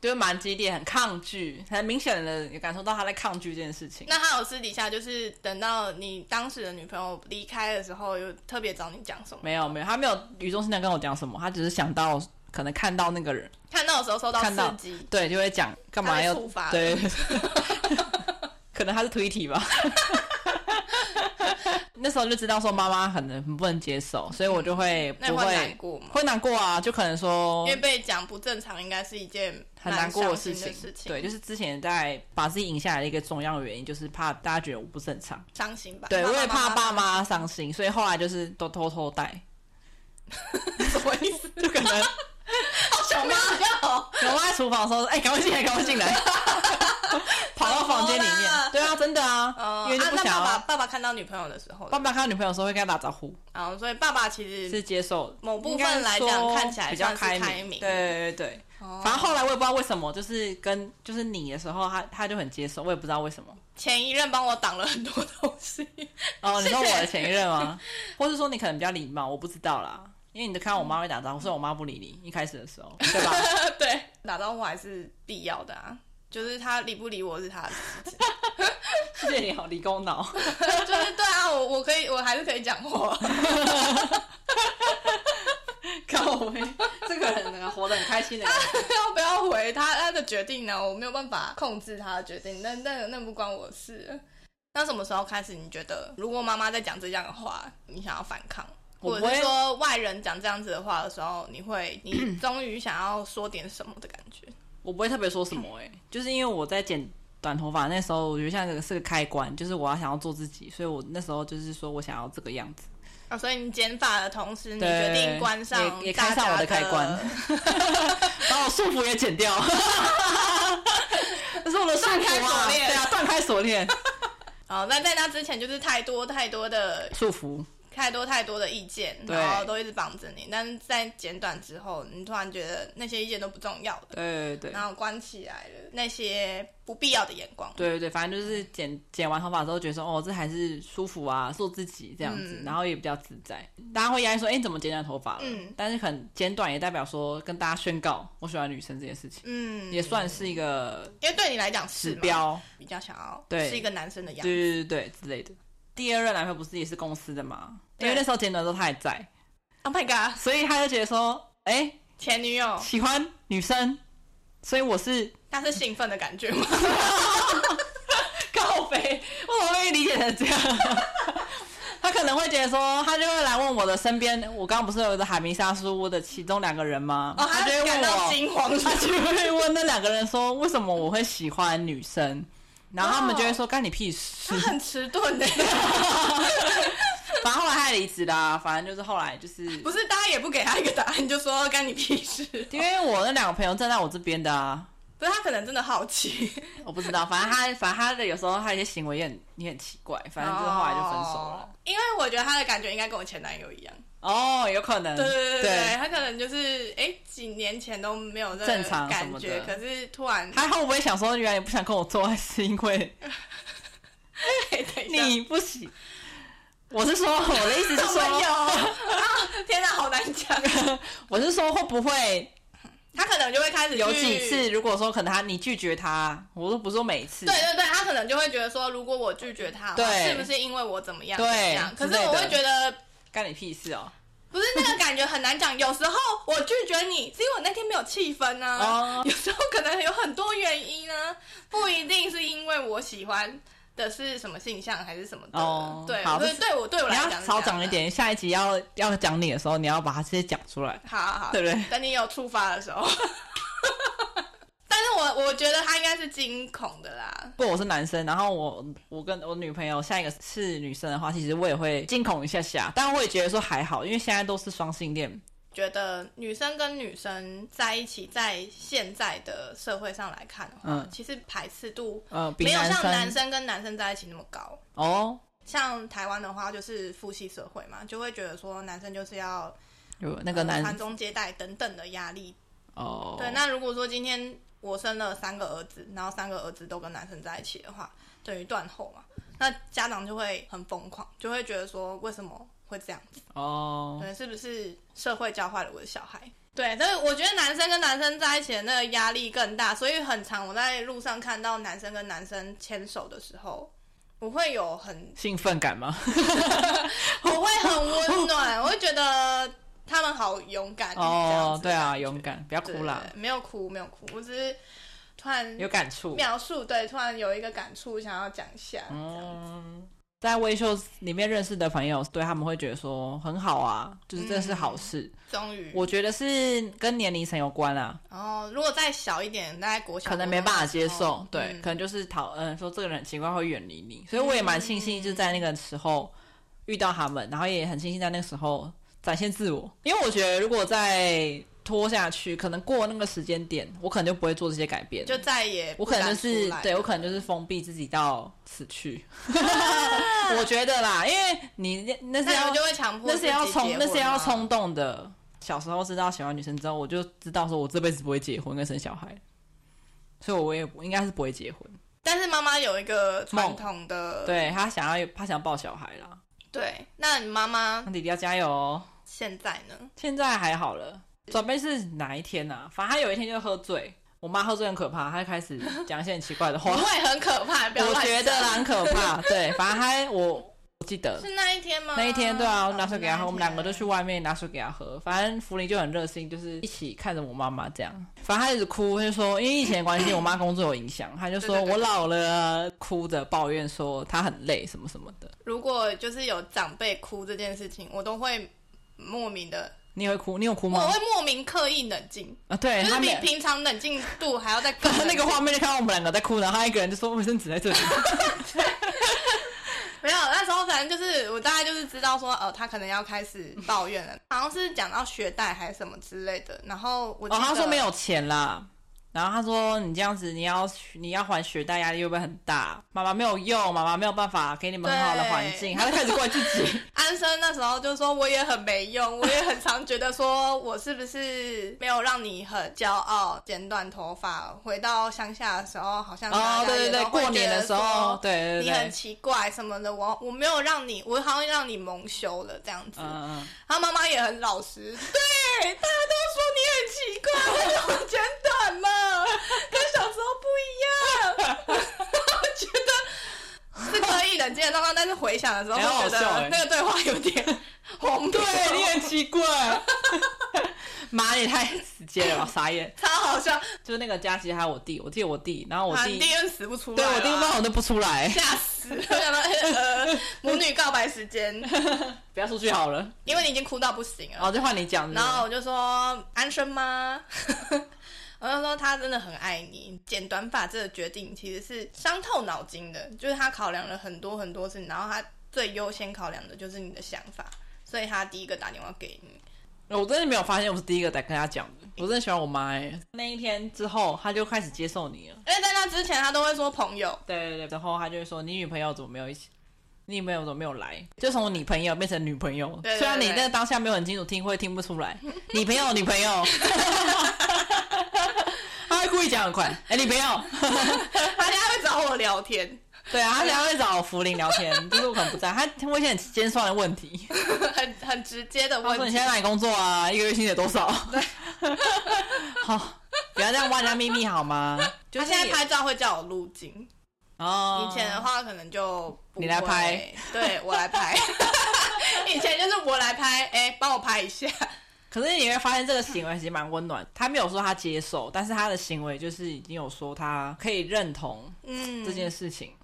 Speaker 2: 就是蛮激烈，很抗拒，很明显的感受到他在抗拒这件事情。
Speaker 1: 那他有私底下就是等到你当时的女朋友离开的时候，有特别找你讲什么？
Speaker 2: 没有没有，他没有语重心长跟我讲什么，他只是想到可能看到那个人，
Speaker 1: 看到的时候受到
Speaker 2: 看到
Speaker 1: 刺激，
Speaker 2: 对，就会讲干
Speaker 1: 他
Speaker 2: 嘛
Speaker 1: 被
Speaker 2: 要
Speaker 1: 触发了。
Speaker 2: 对，可能他是推体吧。那时候就知道说妈妈可能很不能接受，所以我就会
Speaker 1: 嗯那你
Speaker 2: 不
Speaker 1: 会难
Speaker 2: 会
Speaker 1: 过吗？
Speaker 2: 会难过啊，就可能说
Speaker 1: 因为被讲不正常，应该是一件
Speaker 2: 很难过
Speaker 1: 蛮
Speaker 2: 的
Speaker 1: 伤心
Speaker 2: 情。
Speaker 1: 的情，
Speaker 2: 对，，就是之前在把自己引下来的一个重要原因，就是怕大家觉得我不正 常。
Speaker 1: 伤心吧。
Speaker 2: 对，我也怕
Speaker 1: 爸
Speaker 2: 爸妈伤心，所以后来就是都偷偷带，
Speaker 1: 什么意思？
Speaker 2: 就可能
Speaker 1: 好想妈 要
Speaker 2: 我妈在厨房的时候，哎、赶快进来，赶快进 来，跑到房间里
Speaker 1: 怎么了
Speaker 2: 面。对啊，真的啊，
Speaker 1: 哦。
Speaker 2: 因为就
Speaker 1: 啊
Speaker 2: 不
Speaker 1: 那
Speaker 2: 想要。
Speaker 1: 爸爸爸爸看到女朋友的时候，
Speaker 2: 爸爸看到女朋友的时候会跟他打招呼，
Speaker 1: 然后所以爸爸其实
Speaker 2: 是接受的
Speaker 1: 某部
Speaker 2: 应该
Speaker 1: 分来
Speaker 2: 说
Speaker 1: 讲看起来
Speaker 2: 比较
Speaker 1: 算是
Speaker 2: 开
Speaker 1: 开明
Speaker 2: 明，对对对。
Speaker 1: 哦
Speaker 2: 反正后来我也不知道为什么，就是跟就是你的时候，他他就很接受，我也不知道为什么。
Speaker 1: 前一任帮我挡了很多东西，
Speaker 2: 哦，你
Speaker 1: 谢谢
Speaker 2: 说我的前一任 吗？或是说你可能比较礼貌，我不知道啦。因为你都看到我妈会打招呼，所以我妈不理你。一开始的时候，对吧？
Speaker 1: 对，打招呼还是必要的啊。就是他理不理我是他的事情，
Speaker 2: 谢谢你好，理工脑。
Speaker 1: 就是对啊，我我可以，我还是可以讲话。
Speaker 2: 靠喂，这个人活得很开心的。
Speaker 1: 要不要回他他的决定呢？我没有办法控制他的决定，那那那不关我的事。那什么时候开始？你觉得如果妈妈在讲这样的话，你想要反抗，
Speaker 2: 我
Speaker 1: 或
Speaker 2: 不会
Speaker 1: 者是说外人讲这样子的话的时候，你会 你终于想要说点什么的感觉？
Speaker 2: 我不会特别说什 么哎、就是因为我在剪短头发那时候，我觉得像这个是个开关，就是我要想要做自己，所以我那时候就是说我想要这个样子。
Speaker 1: 啊，所以你剪发的同时，你
Speaker 2: 对
Speaker 1: 决定关上
Speaker 2: 也也
Speaker 1: 大
Speaker 2: 开
Speaker 1: 家
Speaker 2: 上我的开关 把我束缚也剪 掉，这是我的束
Speaker 1: 断开
Speaker 2: 缚
Speaker 1: 锁
Speaker 2: 啊！
Speaker 1: 链
Speaker 2: 对啊，断开锁链，
Speaker 1: 哦好，那在那之前就是太多太多的
Speaker 2: 束缚。
Speaker 1: 太多太多的意见，
Speaker 2: 对
Speaker 1: 然后都一直绑着你。但是在简短之后，你突然觉得那些意见都不重要了，
Speaker 2: 对对对
Speaker 1: 然后关起来了那些不必要的眼光。
Speaker 2: 对对对，反正就是剪剪完头发之后，觉得说哦，这还是舒服啊，做自己这样子，
Speaker 1: 嗯
Speaker 2: 然后也比较自在。大家会压抑说，哎，你怎么剪短头发了？
Speaker 1: 嗯
Speaker 2: 但是很剪短也代表说跟大家宣告我喜欢女生这件事情，
Speaker 1: 嗯，
Speaker 2: 也算是一个
Speaker 1: 因为对你来讲
Speaker 2: 指
Speaker 1: 是嘛
Speaker 2: 标。
Speaker 1: 比较想要
Speaker 2: 对
Speaker 1: 是一个男生的样子。
Speaker 2: 对对对对之类的。第二任男朋友不是也是公司的嘛？因
Speaker 1: 对
Speaker 2: 为那时候剪短的时候他还在，
Speaker 1: Oh my god，
Speaker 2: 所以他就觉得说，哎，
Speaker 1: 前女友，
Speaker 2: 喜欢女生，所以我是
Speaker 1: 那是兴奋的感觉吗？
Speaker 2: 告白，我怎么会理解成这样？他可能会觉得说，他就会来问我的身边，我刚刚不是有一个海明沙书屋的其中两个人吗？
Speaker 1: 哦，
Speaker 2: 他
Speaker 1: 他
Speaker 2: 就会
Speaker 1: 感
Speaker 2: 问
Speaker 1: 到
Speaker 2: 我，
Speaker 1: 惊慌是不
Speaker 2: 他
Speaker 1: 是
Speaker 2: 就会问那两个人说，为什么我会喜欢女生？然后他们就会说，干你屁事
Speaker 1: 他。很迟钝欸的，
Speaker 2: 反正后来他也离职啦，反正就是后来就 是，
Speaker 1: 不是大家也不给他一个答案，就说干你屁事。
Speaker 2: 因为我那两个朋友站在我这边的啊，
Speaker 1: 不是他可能真的好奇，
Speaker 2: 我不知道，反正他反正他的有时候他一些行为也很也很奇怪， 反正就是后来就分手了。
Speaker 1: 哦。因为我觉得他的感觉应该跟我前男友一样，
Speaker 2: 哦，有可能，
Speaker 1: 对对对
Speaker 2: 对
Speaker 1: 对，他可能就是哎、诶几年前都没有这个
Speaker 2: 正常什
Speaker 1: 感
Speaker 2: 么
Speaker 1: 觉，
Speaker 2: 的
Speaker 1: 可是突然
Speaker 2: 他会不会想说，原来你不想跟我做爱，是因为
Speaker 1: 等一下
Speaker 2: 你不喜？我是说，我的意思是
Speaker 1: 怎么有
Speaker 2: 说，
Speaker 1: 啊，天哪，好难 讲。
Speaker 2: 我是说会不会
Speaker 1: 他可能就会开始去
Speaker 2: 有几次，如果说可能他你拒绝他，我都不是说每次，
Speaker 1: 对对对，他可能就会觉得说，如果我拒绝他的话，
Speaker 2: 对
Speaker 1: 是不是因为我怎么样
Speaker 2: 对
Speaker 1: 怎么样？可是
Speaker 2: 之类的
Speaker 1: 我会觉得。
Speaker 2: 干你屁事哦！
Speaker 1: 不是那个感觉很难讲，有时候我拒绝你，是因为我那天没有气氛啊呢、
Speaker 2: 哦
Speaker 1: 有时候可能有很多原因呢，不一定是因为我喜欢的是什么性向还是什么的。
Speaker 2: 哦
Speaker 1: 对，
Speaker 2: 好
Speaker 1: 所以
Speaker 2: 这
Speaker 1: 对我对我
Speaker 2: 你
Speaker 1: 来
Speaker 2: 要
Speaker 1: 讲是
Speaker 2: 少
Speaker 1: 这样
Speaker 2: 讲
Speaker 1: 的
Speaker 2: 一。点，下一集要要讲你的时候，你要把它直接讲出来，
Speaker 1: 好好好，
Speaker 2: 对不对？
Speaker 1: 等你有触发的时候。 但是我我觉得他应该是惊恐的啦。
Speaker 2: 不，我是男生，然后我我跟我女朋友下一个是女生的话，其实我也会惊恐一下下，但我也觉得说还好，因为现在都是双性恋，
Speaker 1: 觉得女生跟女生在一起，在现在的社会上来看的话，
Speaker 2: 嗯
Speaker 1: 其实排斥度
Speaker 2: 呃，比
Speaker 1: 没有像
Speaker 2: 生
Speaker 1: 男生跟男生在一起那么高。
Speaker 2: 哦，
Speaker 1: 像台湾的话，就是父系社会嘛，就会觉得说男生就是要
Speaker 2: 有那个
Speaker 1: 呃
Speaker 2: 男
Speaker 1: 传宗接代等等的压力。
Speaker 2: 哦，
Speaker 1: 对，那如果说今天我生了三个儿子，然后三个儿子都跟男生在一起的话，等于断后嘛，那家长就会很疯狂，就会觉得说为什么会这样子？
Speaker 2: 哦，
Speaker 1: 对，是不是社会教坏了我的小孩？对，但是我觉得男生跟男生在一起的那个压力更大，所以很常我在路上看到男生跟男生牵手的时候，我会有很
Speaker 2: 兴奋感吗？
Speaker 1: 我会很温暖，我会觉得他们好勇敢。这样
Speaker 2: 哦，
Speaker 1: 子
Speaker 2: 对
Speaker 1: 感
Speaker 2: 啊，
Speaker 1: 觉
Speaker 2: 勇敢，不要
Speaker 1: 对
Speaker 2: 哭啦，
Speaker 1: 没有哭，没有哭，我只是突然
Speaker 2: 有感触。
Speaker 1: 描述，对，突然有一个感触，想要讲一下。
Speaker 2: 嗯，在微秀里面认识的朋友，对他们会觉得说很好啊，就是这是好事。
Speaker 1: 终于，
Speaker 2: 我觉得是跟年龄层有关啊，
Speaker 1: 然后如果再小一点，大概国小
Speaker 2: 可能没办法接受，
Speaker 1: 哦
Speaker 2: 对，
Speaker 1: 嗯
Speaker 2: 可能就是讨嗯说这个人很奇怪会远离你，所以我也蛮庆幸就在那
Speaker 1: 嗯
Speaker 2: 个时候遇到他们，然后也很庆幸在那个时候展现自我，因为我觉得如果再拖下去，可能过那个时间点，我可能就不会做这些改变了，
Speaker 1: 就再也不
Speaker 2: 我可能
Speaker 1: 敢
Speaker 2: 就
Speaker 1: 出
Speaker 2: 是
Speaker 1: 来
Speaker 2: 对
Speaker 1: 了
Speaker 2: 我可能就是封闭自己到死 去，我觉得啦，因为你那那是
Speaker 1: 那
Speaker 2: 要
Speaker 1: 我就会强迫
Speaker 2: 那是要
Speaker 1: 自己结
Speaker 2: 冲，
Speaker 1: 婚啊
Speaker 2: 那是要
Speaker 1: 吗
Speaker 2: 冲动的。小时候知道喜欢女生之后，我就知道说我这辈子不会结婚跟生小孩，所以我也应该是不会结婚。
Speaker 1: 但是妈妈有一个传
Speaker 2: 梦
Speaker 1: 统的
Speaker 2: 对他想要有，他想抱小孩啦。
Speaker 1: 对，那你妈妈
Speaker 2: 那弟弟要加油哦！
Speaker 1: 现在呢？
Speaker 2: 现在还好了，准备是哪一天啊？反正他有一天就喝醉，我妈喝醉很可怕，她就开始讲一些很奇怪的
Speaker 1: 不
Speaker 2: 话，
Speaker 1: 会很可怕，不要
Speaker 2: 我
Speaker 1: 乱
Speaker 2: 觉得
Speaker 1: 讲
Speaker 2: 啦很可怕。对，反正她我我记得
Speaker 1: 是那一天吗？
Speaker 2: 那一天，对啊，我拿
Speaker 1: 水
Speaker 2: 水给他喝，我们两个就去外面拿水给他喝。反正福林就很热心，就是一起看着我妈妈这
Speaker 1: 嗯
Speaker 2: 样。反正他一直哭，他就说因为疫情的关系，我妈工作有影响，他就说
Speaker 1: 对对对
Speaker 2: 我老了，哭着抱怨说她很累什么什么的。
Speaker 1: 如果就是有长辈哭这件事情，我都会莫名的，
Speaker 2: 你也会哭？你有哭
Speaker 1: 我
Speaker 2: 吗？
Speaker 1: 会莫名刻意冷静，
Speaker 2: 啊，对
Speaker 1: 就
Speaker 2: 他
Speaker 1: 是
Speaker 2: 没
Speaker 1: 比
Speaker 2: 有。
Speaker 1: 平常冷静度还要再更
Speaker 2: 然后
Speaker 1: 冷
Speaker 2: 那个
Speaker 1: 静
Speaker 2: 画面就看到我们两个在哭，然后他一个人就说卫生纸 在这里。
Speaker 1: 没有，那时候反正就是我大概就是知道说，呃，他可能要开始抱 怨了，好像是讲到学贷还是什么之类的。然后我
Speaker 2: 哦，
Speaker 1: 记
Speaker 2: 他
Speaker 1: 得啊
Speaker 2: 说没有钱啦，然后他说：“你这样子，你要你要还学贷压力会不会很大？妈妈没有用，妈妈没有办法给你们很好的环境。”他就开始怪自己。
Speaker 1: 安生那时候就说我也很没用，我也很常觉得说我是不是没有让你很骄傲，剪短头发。回到乡下的时候，好像
Speaker 2: 哦，对对对，过年的时候，对对
Speaker 1: 你很
Speaker 2: 对，
Speaker 1: 奇怪什么的，我我没有让你，我好像让你蒙羞了这样子。
Speaker 2: 嗯嗯，
Speaker 1: 他妈妈也很老实，对，大家都说你很奇怪，为什么剪短 了，跟小时候不一样。我觉得是可以冷静的状况，但是回想的时候，
Speaker 2: 很好
Speaker 1: 会觉
Speaker 2: 笑
Speaker 1: 得
Speaker 2: 欸
Speaker 1: 那个对话有点荒谬，
Speaker 2: 对你很奇怪。 妈，你太直接了吧，傻眼。
Speaker 1: 超好笑，
Speaker 2: 就是那个佳琪还有我弟，我记得我弟，然后我
Speaker 1: 他
Speaker 2: 啊弟
Speaker 1: 第，一死不出来
Speaker 2: 对
Speaker 1: 了啊，
Speaker 2: 我弟不知道我都不出来，
Speaker 1: 吓死了， 想到呃母女告白时间，
Speaker 2: 不要出去好了。
Speaker 1: 因为你已经哭到不行了
Speaker 2: 然。后就换你讲，
Speaker 1: 然后我就说安生吗？ 我就说他真的很爱你，剪短发这个决定其实是伤透脑筋的，就是他考量了很多很多事情，然后他最优先考量的就是你的想法，所以他第一个打电话给你。
Speaker 2: 我真的没有发现我是第一个在跟他讲的，我真的喜欢我妈哎、那一天之后，他就开始接受你了。
Speaker 1: 因为在那之前他都会说朋友，
Speaker 2: 对对对，然后他就会说你女朋友怎么没有一起，你女朋友怎么没有来？就从你朋友变成女朋友，
Speaker 1: 对对对
Speaker 2: 虽然你那个当下没有很清楚听，会听不出来。女朋友，女 朋友，他会故意讲很快。哎、女 朋友，
Speaker 1: 他现在会找我聊天，
Speaker 2: 对啊，他想会找福林聊天，就是我可能不在，他会一些很尖酸的问题。
Speaker 1: 很很直接的
Speaker 2: 他说
Speaker 1: 问
Speaker 2: 你
Speaker 1: 题
Speaker 2: 现在。哪里工作 啊？一个月薪水多少？ 好，不要这样挖人家秘密 好吗？就
Speaker 1: 他
Speaker 2: 是
Speaker 1: 现在拍照会叫我入镜，
Speaker 2: 哦，
Speaker 1: 以前的话可能就不会
Speaker 2: 你来拍，
Speaker 1: 对我来 拍。 以前就是我来拍，哎、帮我拍一下。
Speaker 2: 可是你会发现这个行为其实蛮温暖。他没有说他接受，但是他的行为就是已经有说他可以认同
Speaker 1: 嗯，
Speaker 2: 这件事情。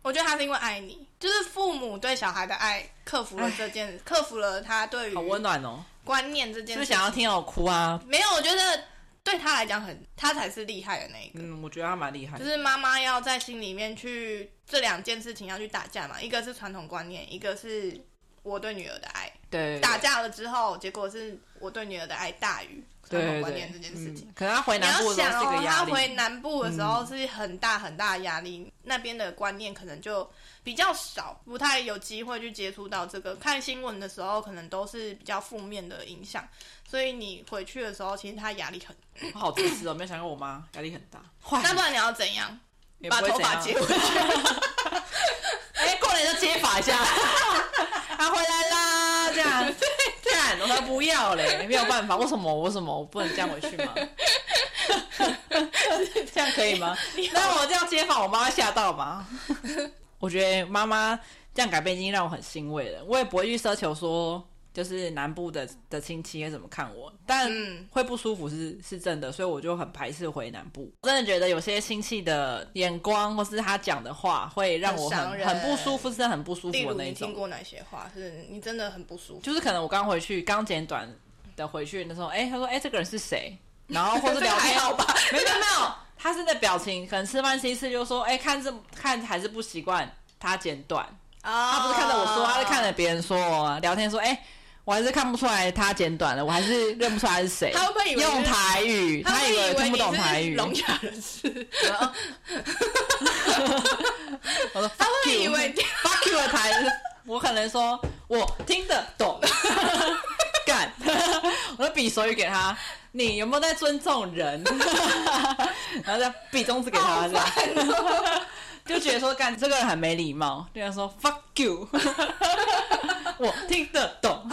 Speaker 1: 我觉得他是因为爱你，就是父母对小孩的爱克服了这件，克服了他对
Speaker 2: 好温
Speaker 1: 于
Speaker 2: 暖哦，
Speaker 1: 观念这件
Speaker 2: 是
Speaker 1: 事。
Speaker 2: 不是想要听到我哭啊？
Speaker 1: 没有，我觉得对他来讲很，他才是厉害的那一个。
Speaker 2: 嗯，我觉得他蛮厉害
Speaker 1: 就。是妈妈要在心里面去这两件事情要去打架嘛，一个是传统观念，一个是我对女儿的爱。
Speaker 2: 对，
Speaker 1: 打架了之后，结果是我对女儿的爱大于传统
Speaker 2: 对对
Speaker 1: 观念
Speaker 2: 对
Speaker 1: 这件事情。
Speaker 2: 嗯可能他回
Speaker 1: 你
Speaker 2: 南部
Speaker 1: 要
Speaker 2: 的时
Speaker 1: 想
Speaker 2: 候是一
Speaker 1: 哦，
Speaker 2: 个压
Speaker 1: 他
Speaker 2: 力。
Speaker 1: 回南部的时候是很大很大的压力，那边的观念可能就比较少，不太有机会去接触到这个。看新闻的时候，可能都是比较负面的影响，所以你回去的时候，其实他压力很。
Speaker 2: 我好自私哦，没有想过我妈压力很大。坏，
Speaker 1: 那不然你要怎样？
Speaker 2: 也不
Speaker 1: 把
Speaker 2: 会
Speaker 1: 头
Speaker 2: 怎
Speaker 1: 发
Speaker 2: 样
Speaker 1: 结回去？
Speaker 2: 哎，过来就接发一下，他回来啦，这 样，干，我才不要嘞，没有办法，为什么？为什么我不能这样回去 吗？这样可以吗？那我这样接访，我妈会吓到吗？我觉得妈妈这样改变已经让我很欣慰了，我也不会去奢求说。就是南部的的亲戚会怎么看我，但
Speaker 1: 嗯
Speaker 2: 会不舒服是是真的，所以我就很排斥回南部。真的觉得有些亲戚的眼光或是他讲的话，会让
Speaker 1: 很
Speaker 2: 我
Speaker 1: 伤
Speaker 2: 很
Speaker 1: 人
Speaker 2: 很不舒服，是真的很不舒服
Speaker 1: 例
Speaker 2: 的
Speaker 1: 如
Speaker 2: 那
Speaker 1: 你
Speaker 2: 一
Speaker 1: 听
Speaker 2: 种。
Speaker 1: 过哪些话是你真的很不舒服？
Speaker 2: 就是可能我刚回去，刚剪短的回去那时候，哎、他说，哎、这个人是 谁？然后或者
Speaker 1: 这个
Speaker 2: 聊
Speaker 1: 还
Speaker 2: 天，
Speaker 1: 好吧？
Speaker 2: 没有没有没有，他是那表情，可能吃饭吃一次就说，哎、看这看还是不习惯他剪短，
Speaker 1: 啊
Speaker 2: 他不是看着我说，他是看着别人说我啊，聊天说，哎、我还是看不出来他剪短了，我还是认不出来是谁。
Speaker 1: 他会不会以为
Speaker 2: 用
Speaker 1: 是
Speaker 2: 台语，
Speaker 1: 啊他
Speaker 2: 他以为
Speaker 1: 为
Speaker 2: 听不懂
Speaker 1: 你是
Speaker 2: 台语，
Speaker 1: 聋哑人士，
Speaker 2: 我说
Speaker 1: 他
Speaker 2: fuck
Speaker 1: 会
Speaker 2: you
Speaker 1: 以为
Speaker 2: fuck you 的台语，我可能说我听得懂， 干， 我就比手语给他，你有没有在尊重人？ 然后再比中指给他，这样
Speaker 1: 哦
Speaker 2: 就觉得说干这个人很没礼貌，对他说 fuck you，我听得懂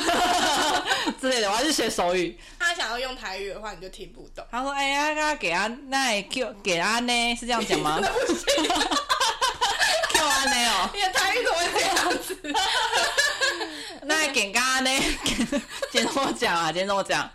Speaker 2: 之类的，我要去学手语。
Speaker 1: 他想要用台语的话，你就听不懂。
Speaker 2: 他说：“哎、呀，他给他那 Q 给他呢，是这样讲 吗？Q 安呢哦，
Speaker 1: 你的台语怎么会这样子？
Speaker 2: 那给他呢？ 今天跟我讲啊，今天跟我讲，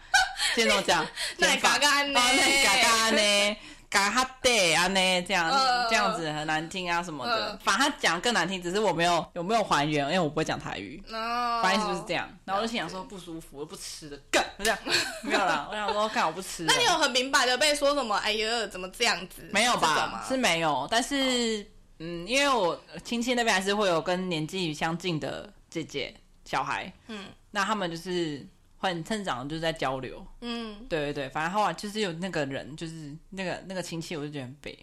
Speaker 2: 今天跟我讲，
Speaker 1: 那嘎嘎呢
Speaker 2: 哦那嘎嘎呢？嘎哈对啊呢，这样、
Speaker 1: 嗯
Speaker 2: 这样子很难听啊什么的。
Speaker 1: 嗯
Speaker 2: 反正他讲得更难听，只是我没有有没有还原，因为我不会讲台语。
Speaker 1: 哦
Speaker 2: 反正是不是这？样？然后我就心想说不舒服，我不吃的，干，我这样没有啦。我想说干，我不吃了。
Speaker 1: 那你有很明白的被说什么？哎呀，怎么这样子？
Speaker 2: 没有
Speaker 1: 这种
Speaker 2: 吧
Speaker 1: 吗？
Speaker 2: 是没有，但是嗯，因为我亲戚那边还是会有跟年纪相近的姐姐小孩，
Speaker 1: 嗯，
Speaker 2: 那他们就是很正常，就是在交流。
Speaker 1: 嗯，
Speaker 2: 对对对，反正后来就是有那个人，就是那个那个亲戚，我就觉得很北，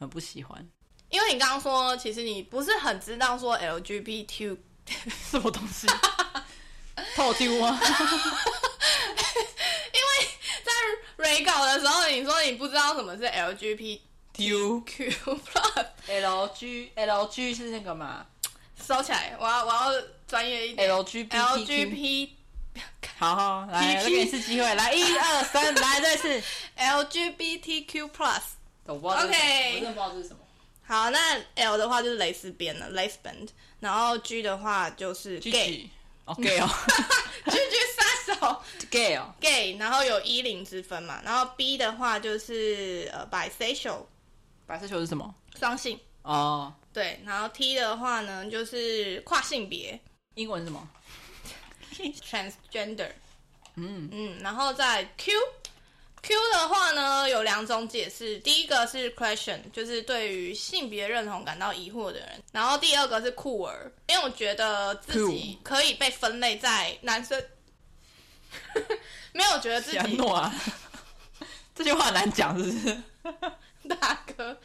Speaker 2: 很不喜欢。
Speaker 1: 因为你刚刚说，其实你不是很知道说 LGBTQ
Speaker 2: 什么东 西？套丢 啊！
Speaker 1: 蕊稿的时候，你说你不知道什么是 LGBTQ
Speaker 2: 丢
Speaker 1: plus，
Speaker 2: L G L G 是那个嘛
Speaker 1: 收起来，我要我要专业一点。
Speaker 2: ？L G B T Q
Speaker 1: LGBT
Speaker 2: 好好，来，
Speaker 1: PQ
Speaker 2: 再给你一次机会，来，一二三，来，再一次。
Speaker 1: LGBTQ plus，
Speaker 2: 我不知道
Speaker 1: 这是 OK
Speaker 2: 不知道这是什么。
Speaker 1: 好，那 L 的话就是蕾丝边了，lesbian，然后 G 的话就是
Speaker 2: 继
Speaker 1: gay，G
Speaker 2: 续。哦，gay 哦
Speaker 1: G 杀手
Speaker 2: ，gay 哦，
Speaker 1: gay，然后有一零之分嘛，然后 B 的话就是呃 bisexual
Speaker 2: 白色球是什么？
Speaker 1: 双性，
Speaker 2: 哦，
Speaker 1: 对，然后 T 的话呢就是跨性别
Speaker 2: 英文是什么？
Speaker 1: transgender，
Speaker 2: 嗯，
Speaker 1: 嗯，然后在 Q。Q 的话呢，有两种解释，第一个是 question，就是对于性别认同感到疑惑的人，然后第二个是酷儿，因为我觉得自己可以被分类在男生， 没有觉得自
Speaker 2: 安
Speaker 1: 己
Speaker 2: 诺啊， 这句话很难讲，是不是？
Speaker 1: 大哥，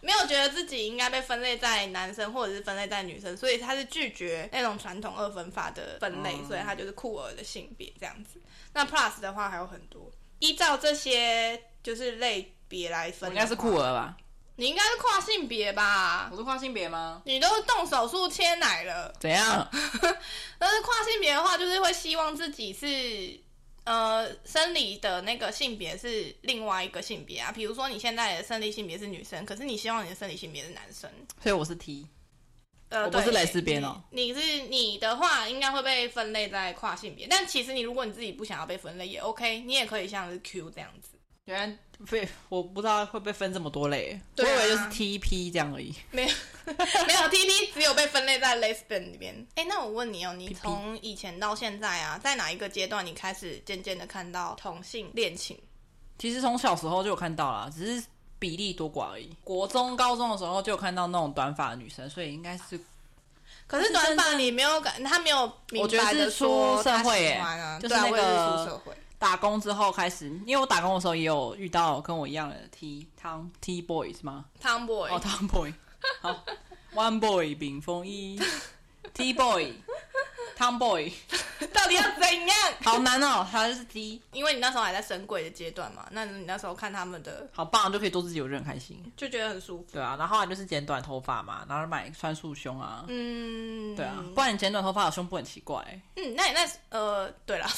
Speaker 1: 没有觉得自己应该被分类在男生或者是分类在女生，所以他是拒绝那种传统二分法的分类，
Speaker 2: 嗯
Speaker 1: 所以他就是酷儿的性别这样子。那 plus 的话还有很多，依照这些就是类别来
Speaker 2: 我
Speaker 1: 分，
Speaker 2: 应该是酷，儿吧？
Speaker 1: 你应该是跨性别吧？
Speaker 2: 我是跨性别吗？
Speaker 1: 你都动手术切奶了，
Speaker 2: 怎样？
Speaker 1: 但是跨性别的话，就是会希望自己是。呃，生理的那个性别是另外一个性别啊，比如说你现在的生理性别是女生，可是你希望你的生理性别是男生，
Speaker 2: 所以我是 T，
Speaker 1: 呃，
Speaker 2: 我不是
Speaker 1: 对
Speaker 2: 蕾丝边哦
Speaker 1: 你你是你的话，应该会被分类在跨性别，但其实你如果你自己不想要被分类也 OK，你也可以像是 Q 这样子，
Speaker 2: 原来被我不知道会被分这么多类，
Speaker 1: 对啊
Speaker 2: 我以为就是 T P 这样而已。
Speaker 1: 没有 没有 TP 只有被分类在 lesbian 里面。哎、那我问你哦，你从以前到现在啊，在哪一个阶段你开始渐渐的看到同性恋情？
Speaker 2: 其实从小时候就有看到啦，只是比例多寡而已。国中、高中的时候就有看到那种短发的女生，所以应该是
Speaker 1: 可是短发你没有感，他没有明白的
Speaker 2: 我
Speaker 1: 说
Speaker 2: 觉得
Speaker 1: 他
Speaker 2: 是出社会
Speaker 1: 喜
Speaker 2: 耶
Speaker 1: 欢啊，
Speaker 2: 就是
Speaker 1: 对啊
Speaker 2: 那
Speaker 1: 我也
Speaker 2: 个
Speaker 1: 出社会。
Speaker 2: 打工之后开始，因为我打工的时候也有遇到跟我一样的 T 汤 T boy 是吗？
Speaker 1: Tomboy，、
Speaker 2: 哦，汤 boy，好，One boy 丙风衣 T boy 汤 boy，
Speaker 1: 到底要怎样？
Speaker 2: 好难哦，他就是 T，
Speaker 1: 因为你那时候还在神鬼的阶段嘛，那你那时候看他们的
Speaker 2: 好棒，就可以做自己，我觉得很开心。
Speaker 1: 就觉得很舒服。
Speaker 2: 对啊，然后后来就是剪短头发嘛，然后买穿束胸啊，
Speaker 1: 嗯，
Speaker 2: 对啊，不然你剪短头发有胸部很奇怪、
Speaker 1: 嗯，那你那呃，对 了，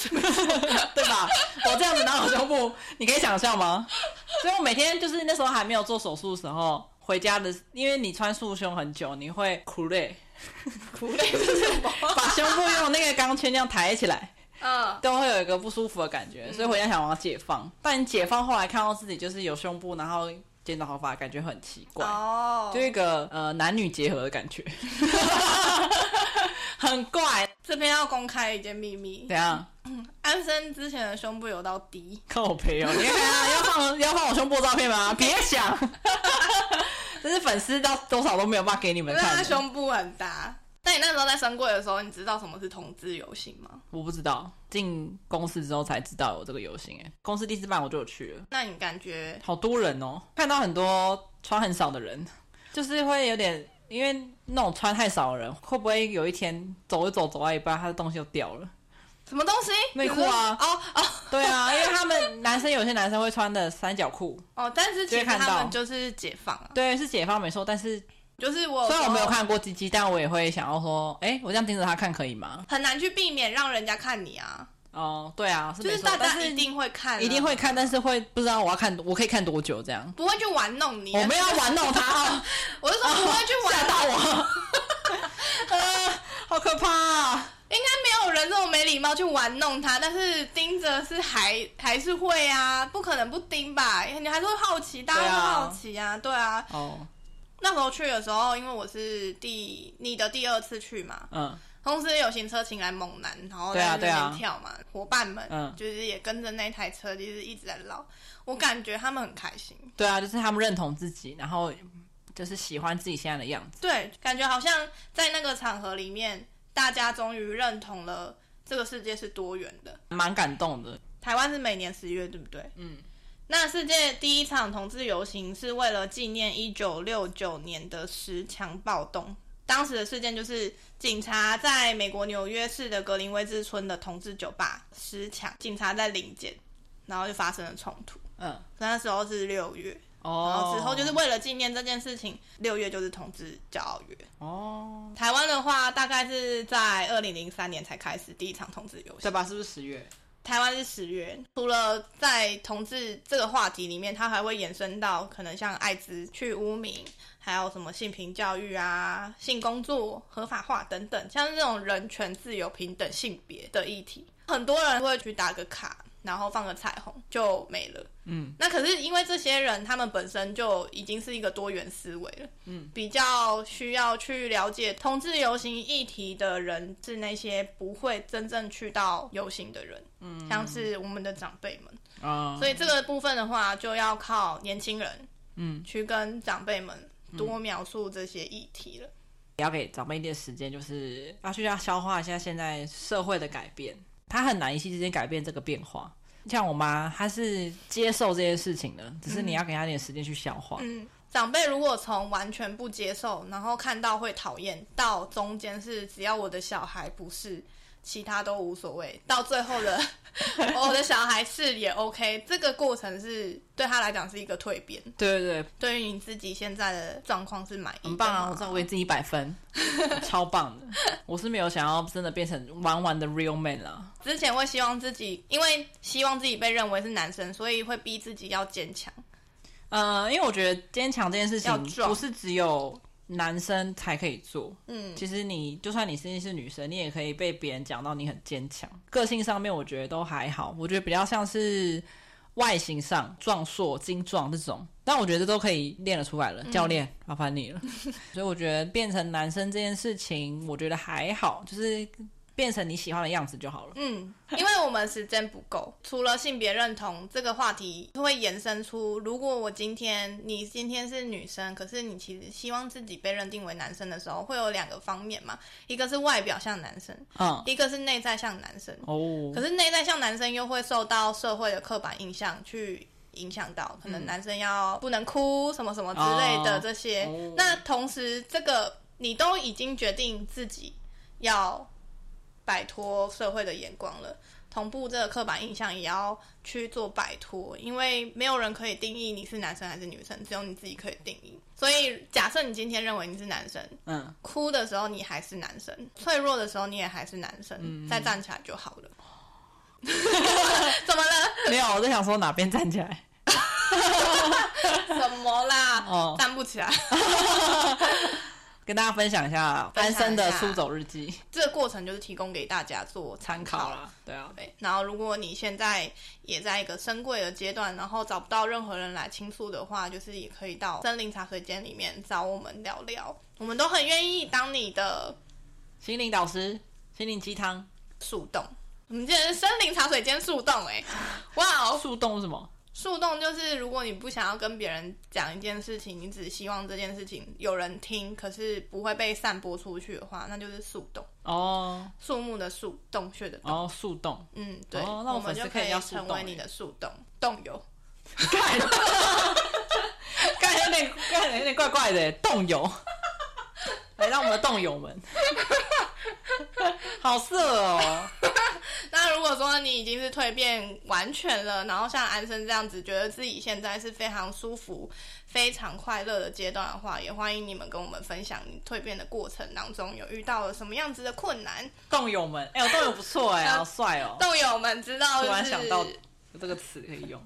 Speaker 2: 对吧？我这样子拿我胸部，你可以想象吗？所以我每天就是那时候还没有做手术的时候，回家的，因为你穿束胸很久，你会苦累，
Speaker 1: 苦累是什 么？
Speaker 2: 把胸部用那个钢圈这样抬起来，
Speaker 1: 嗯，
Speaker 2: 都会有一个不舒服的感觉，所以回家想我要解放。但你解放后来看到自己就是有胸部，然后剪短头发，感觉很奇怪，
Speaker 1: 哦，
Speaker 2: 就一个呃男女结合 的感觉，很怪。
Speaker 1: 这边要公开一件秘密，
Speaker 2: 怎样？
Speaker 1: 安生之前的胸部有到低，
Speaker 2: 看我朋友，你看啊要放 要放我胸部照片吗？别想， 这是粉丝到多少都没有办法给你
Speaker 1: 因
Speaker 2: 们
Speaker 1: 为他
Speaker 2: 看
Speaker 1: 的啊
Speaker 2: 的。
Speaker 1: 胸部很大。那你那时候在神鬼的时候，你知道什么是同志游行吗？
Speaker 2: 我不知道，进公司之后才知道有这个游行、哎，公司第四办我就有去了，
Speaker 1: 那你感觉
Speaker 2: 好多人哦，看到很多穿很少的人， 就是会有点，因为那种穿太少的人，会不会有一天走一走走到一半，他的东西就掉了？
Speaker 1: 什么东西？
Speaker 2: 内裤啊
Speaker 1: 比如说哦哦
Speaker 2: 对啊， 因为他们男生有些男生会穿的三角裤，
Speaker 1: 哦，但是其
Speaker 2: 就
Speaker 1: 实
Speaker 2: 会看到
Speaker 1: 他们就是解放啊，
Speaker 2: 对，是解放没错，但是
Speaker 1: 就是我
Speaker 2: 虽然我没有，看过鸡鸡，但我也会想要说，哎、我这样盯着他看可以吗？
Speaker 1: 很难去避免让人家看你啊，
Speaker 2: 哦，对啊，是
Speaker 1: 就
Speaker 2: 没
Speaker 1: 是
Speaker 2: 错
Speaker 1: 大
Speaker 2: 但
Speaker 1: 家
Speaker 2: 是
Speaker 1: 一定会看啊，
Speaker 2: 一定会看，但是会不知道我要看，我可以看多久这样。
Speaker 1: 不会去玩弄你，啊
Speaker 2: 我没有要玩弄他 哦，
Speaker 1: 我是说不会去玩啊
Speaker 2: 吓到我， 呃，好可怕、啊！
Speaker 1: 应该没有人这么没礼貌去玩弄他，但是盯着是还还是会啊，不可能不盯吧？你还是会好奇，大家
Speaker 2: 对
Speaker 1: 都
Speaker 2: 啊
Speaker 1: 好奇啊，对啊。
Speaker 2: 哦，
Speaker 1: 那时候去的时候，因为我是第你的第二次去嘛，
Speaker 2: 嗯，
Speaker 1: 公司有行车请来猛男，然后
Speaker 2: 对
Speaker 1: 在
Speaker 2: 啊
Speaker 1: 那
Speaker 2: 对啊
Speaker 1: 边跳嘛，伙伴们、
Speaker 2: 嗯
Speaker 1: 就是也跟着那台车，就是一直在绕。我感觉他们很开心，
Speaker 2: 对啊，就是他们认同自己，然后就是喜欢自己现在的样子。
Speaker 1: 对，感觉好像在那个场合里面，大家终于认同了这个世界是多元的。
Speaker 2: 蛮感动的。
Speaker 1: 台湾是每年十月，对不对？
Speaker 2: 嗯。
Speaker 1: 那世界第一场同志游行是为了纪念一九六九年的十强暴动。当时的事件就是警察在美国纽约市的格林威治村的同志酒吧十强，警察在临检，然后就发生了冲突。
Speaker 2: 嗯，
Speaker 1: 那时候是六月，然
Speaker 2: 哦，
Speaker 1: 后之后就是为了纪念这件事情，六月就是同志骄傲月。
Speaker 2: 哦，
Speaker 1: 台湾的话，大概是在二零零三年才开始第一场同志游行。
Speaker 2: 对吧？是不是十月？
Speaker 1: 台湾是十月，除了在同志这个话题里面，它还会延伸到可能像艾滋去污名，还有什么性平教育啊、性工作合法化等等，像这种人权、自由、平等、性别的议题，很多人会去打个卡，然后放个彩虹就没了。
Speaker 2: 嗯，
Speaker 1: 那可是因为这些人他们本身就已经是一个多元思维了，
Speaker 2: 嗯，
Speaker 1: 比较需要去了解同志游行议题的人是那些不会真正去到游行的人，嗯，像是我们的长辈们，
Speaker 2: 啊、
Speaker 1: 所以这个部分的话就要靠年轻人，
Speaker 2: 嗯，
Speaker 1: 去跟长辈们多描述这些议题了。
Speaker 2: 也要给长辈一点时间，就是要去要消化一下现在社会的改变，他很难一夕之间改变这个变化。像我妈，她是接受这件事情的，只是你要给她一点时间去消化。
Speaker 1: 嗯，长辈如果从完全不接受，然后看到会讨厌，到中间是只要我的小孩不是，其他都无所谓，到最后的 我的小孩是也 OK，这个过程是对他来讲是一个蜕变，
Speaker 2: 对对对，
Speaker 1: 对于你自己现在的状况是满意的吗，
Speaker 2: 很棒啊！我知道我给自己一百 分，超棒的。我是没有想要真的变成玩玩的 real man 啦。
Speaker 1: 之前会希望自己，因为希望自己被认为是男生，所以会逼自己要坚强。
Speaker 2: 呃，因为我觉得坚强这件事
Speaker 1: 要
Speaker 2: 情
Speaker 1: 壮
Speaker 2: 不是只有男生才可以做，
Speaker 1: 嗯，
Speaker 2: 其实你就算你是是女生，你也可以被别人讲到你很坚强。个性上面我觉得都还好，我觉得比较像是外形上壮硕、精壮这种，但我觉得都可以练得出来了。
Speaker 1: 嗯
Speaker 2: 教练，麻烦你了。 所以我觉得变成男生这件事情，我觉得还好，就是变成你喜欢的样子就好了。
Speaker 1: 嗯，因为我们时间不够，除了性别认同这个话题，会延伸出，如果我今天你今天是女生，可是你其实希望自己被认定为男生的时候，会有两个方面嘛，一个是外表像男生，
Speaker 2: 嗯，
Speaker 1: 一个是内在像男生。
Speaker 2: 哦
Speaker 1: 可，是内在像男生又会受到社会的刻板印象去影响到，可能男生要不能哭什么什么之类的
Speaker 2: 哦
Speaker 1: 这些。
Speaker 2: 哦
Speaker 1: 那同时，这个你都已经决定自己要摆脱社会的眼光了。同步这个刻板印象也要去做摆脱，因为没有人可以定义你是男生还是女生，只有你自己可以定义。所以，假设你今天认为你是男生，
Speaker 2: 嗯，
Speaker 1: 哭的时候你还是男生，脆弱的时候你也还是男生，再站起来就好 了。怎么了？
Speaker 2: 没有，我在想说哪边站起来。
Speaker 1: 怎么啦？
Speaker 2: 哦
Speaker 1: 站不起来。
Speaker 2: 跟大家分享一下单身的
Speaker 1: 分享一下
Speaker 2: 出走日记
Speaker 1: 这个过程就是提供给大家做参考了。
Speaker 2: 啦。对啊，
Speaker 1: 对，然后如果你现在也在一个深柜的阶段，然后找不到任何人来倾诉的话，就是也可以到森林茶水间里面找我们聊聊，我们都很愿意当你的
Speaker 2: 心灵导师，心灵鸡汤，
Speaker 1: 树洞。我们今天是森林茶水间树洞、哎，哇哦！
Speaker 2: 树洞是什么？
Speaker 1: 树洞就是，如果你不想要跟别人讲一件事情，你只希望这件事情有人听，可是不会被散播出去的话，那就是树洞。
Speaker 2: 哦
Speaker 1: 树木的树，洞穴的洞。
Speaker 2: 哦，树洞。
Speaker 1: 嗯，对，
Speaker 2: 哦那我
Speaker 1: 们
Speaker 2: 粉丝
Speaker 1: 就
Speaker 2: 可以
Speaker 1: 以
Speaker 2: 叫树
Speaker 1: 成
Speaker 2: 洞
Speaker 1: 为
Speaker 2: 欸
Speaker 1: 你的树洞洞友。
Speaker 2: 干，干有点干有点怪怪的，动友，来让我们的动友们， 好色哦，
Speaker 1: 那如果说你已经是蜕变完全了，然后像安生这样子，觉得自己现在是非常舒服、非常快乐的阶段的话，也欢迎你们跟我们分享你蜕变的过程当中有遇到了什么样子的困难。
Speaker 2: 动友们，哎、我动友不错 哎、好帅哦，
Speaker 1: 洞友们知道、就
Speaker 2: 突
Speaker 1: 是，
Speaker 2: 然想到有这个词可以用，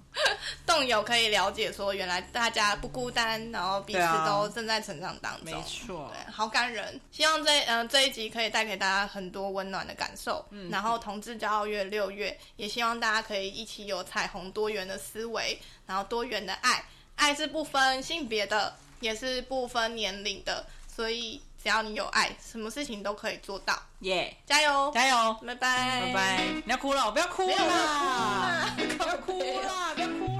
Speaker 1: 动友可以了解说，原来大家不孤单，然后彼
Speaker 2: 对
Speaker 1: 此
Speaker 2: 啊
Speaker 1: 都正在成长当中。
Speaker 2: 没错
Speaker 1: 对，好感人。希望这呃这一集可以带给大家很多温暖的感受。嗯，然后同志骄傲月六月，也希望大家可以一起有彩虹多元的思维，然后多元的爱，爱是不分性别的，也是不分年龄的，所以只要你有爱，什么事情都可以做到。
Speaker 2: 耶、
Speaker 1: 加油！
Speaker 2: 加油，
Speaker 1: 拜拜，
Speaker 2: 拜拜，你要哭了，不要哭
Speaker 1: 没有
Speaker 2: 啦
Speaker 1: 啦，
Speaker 2: 不要哭啦，不要哭啦。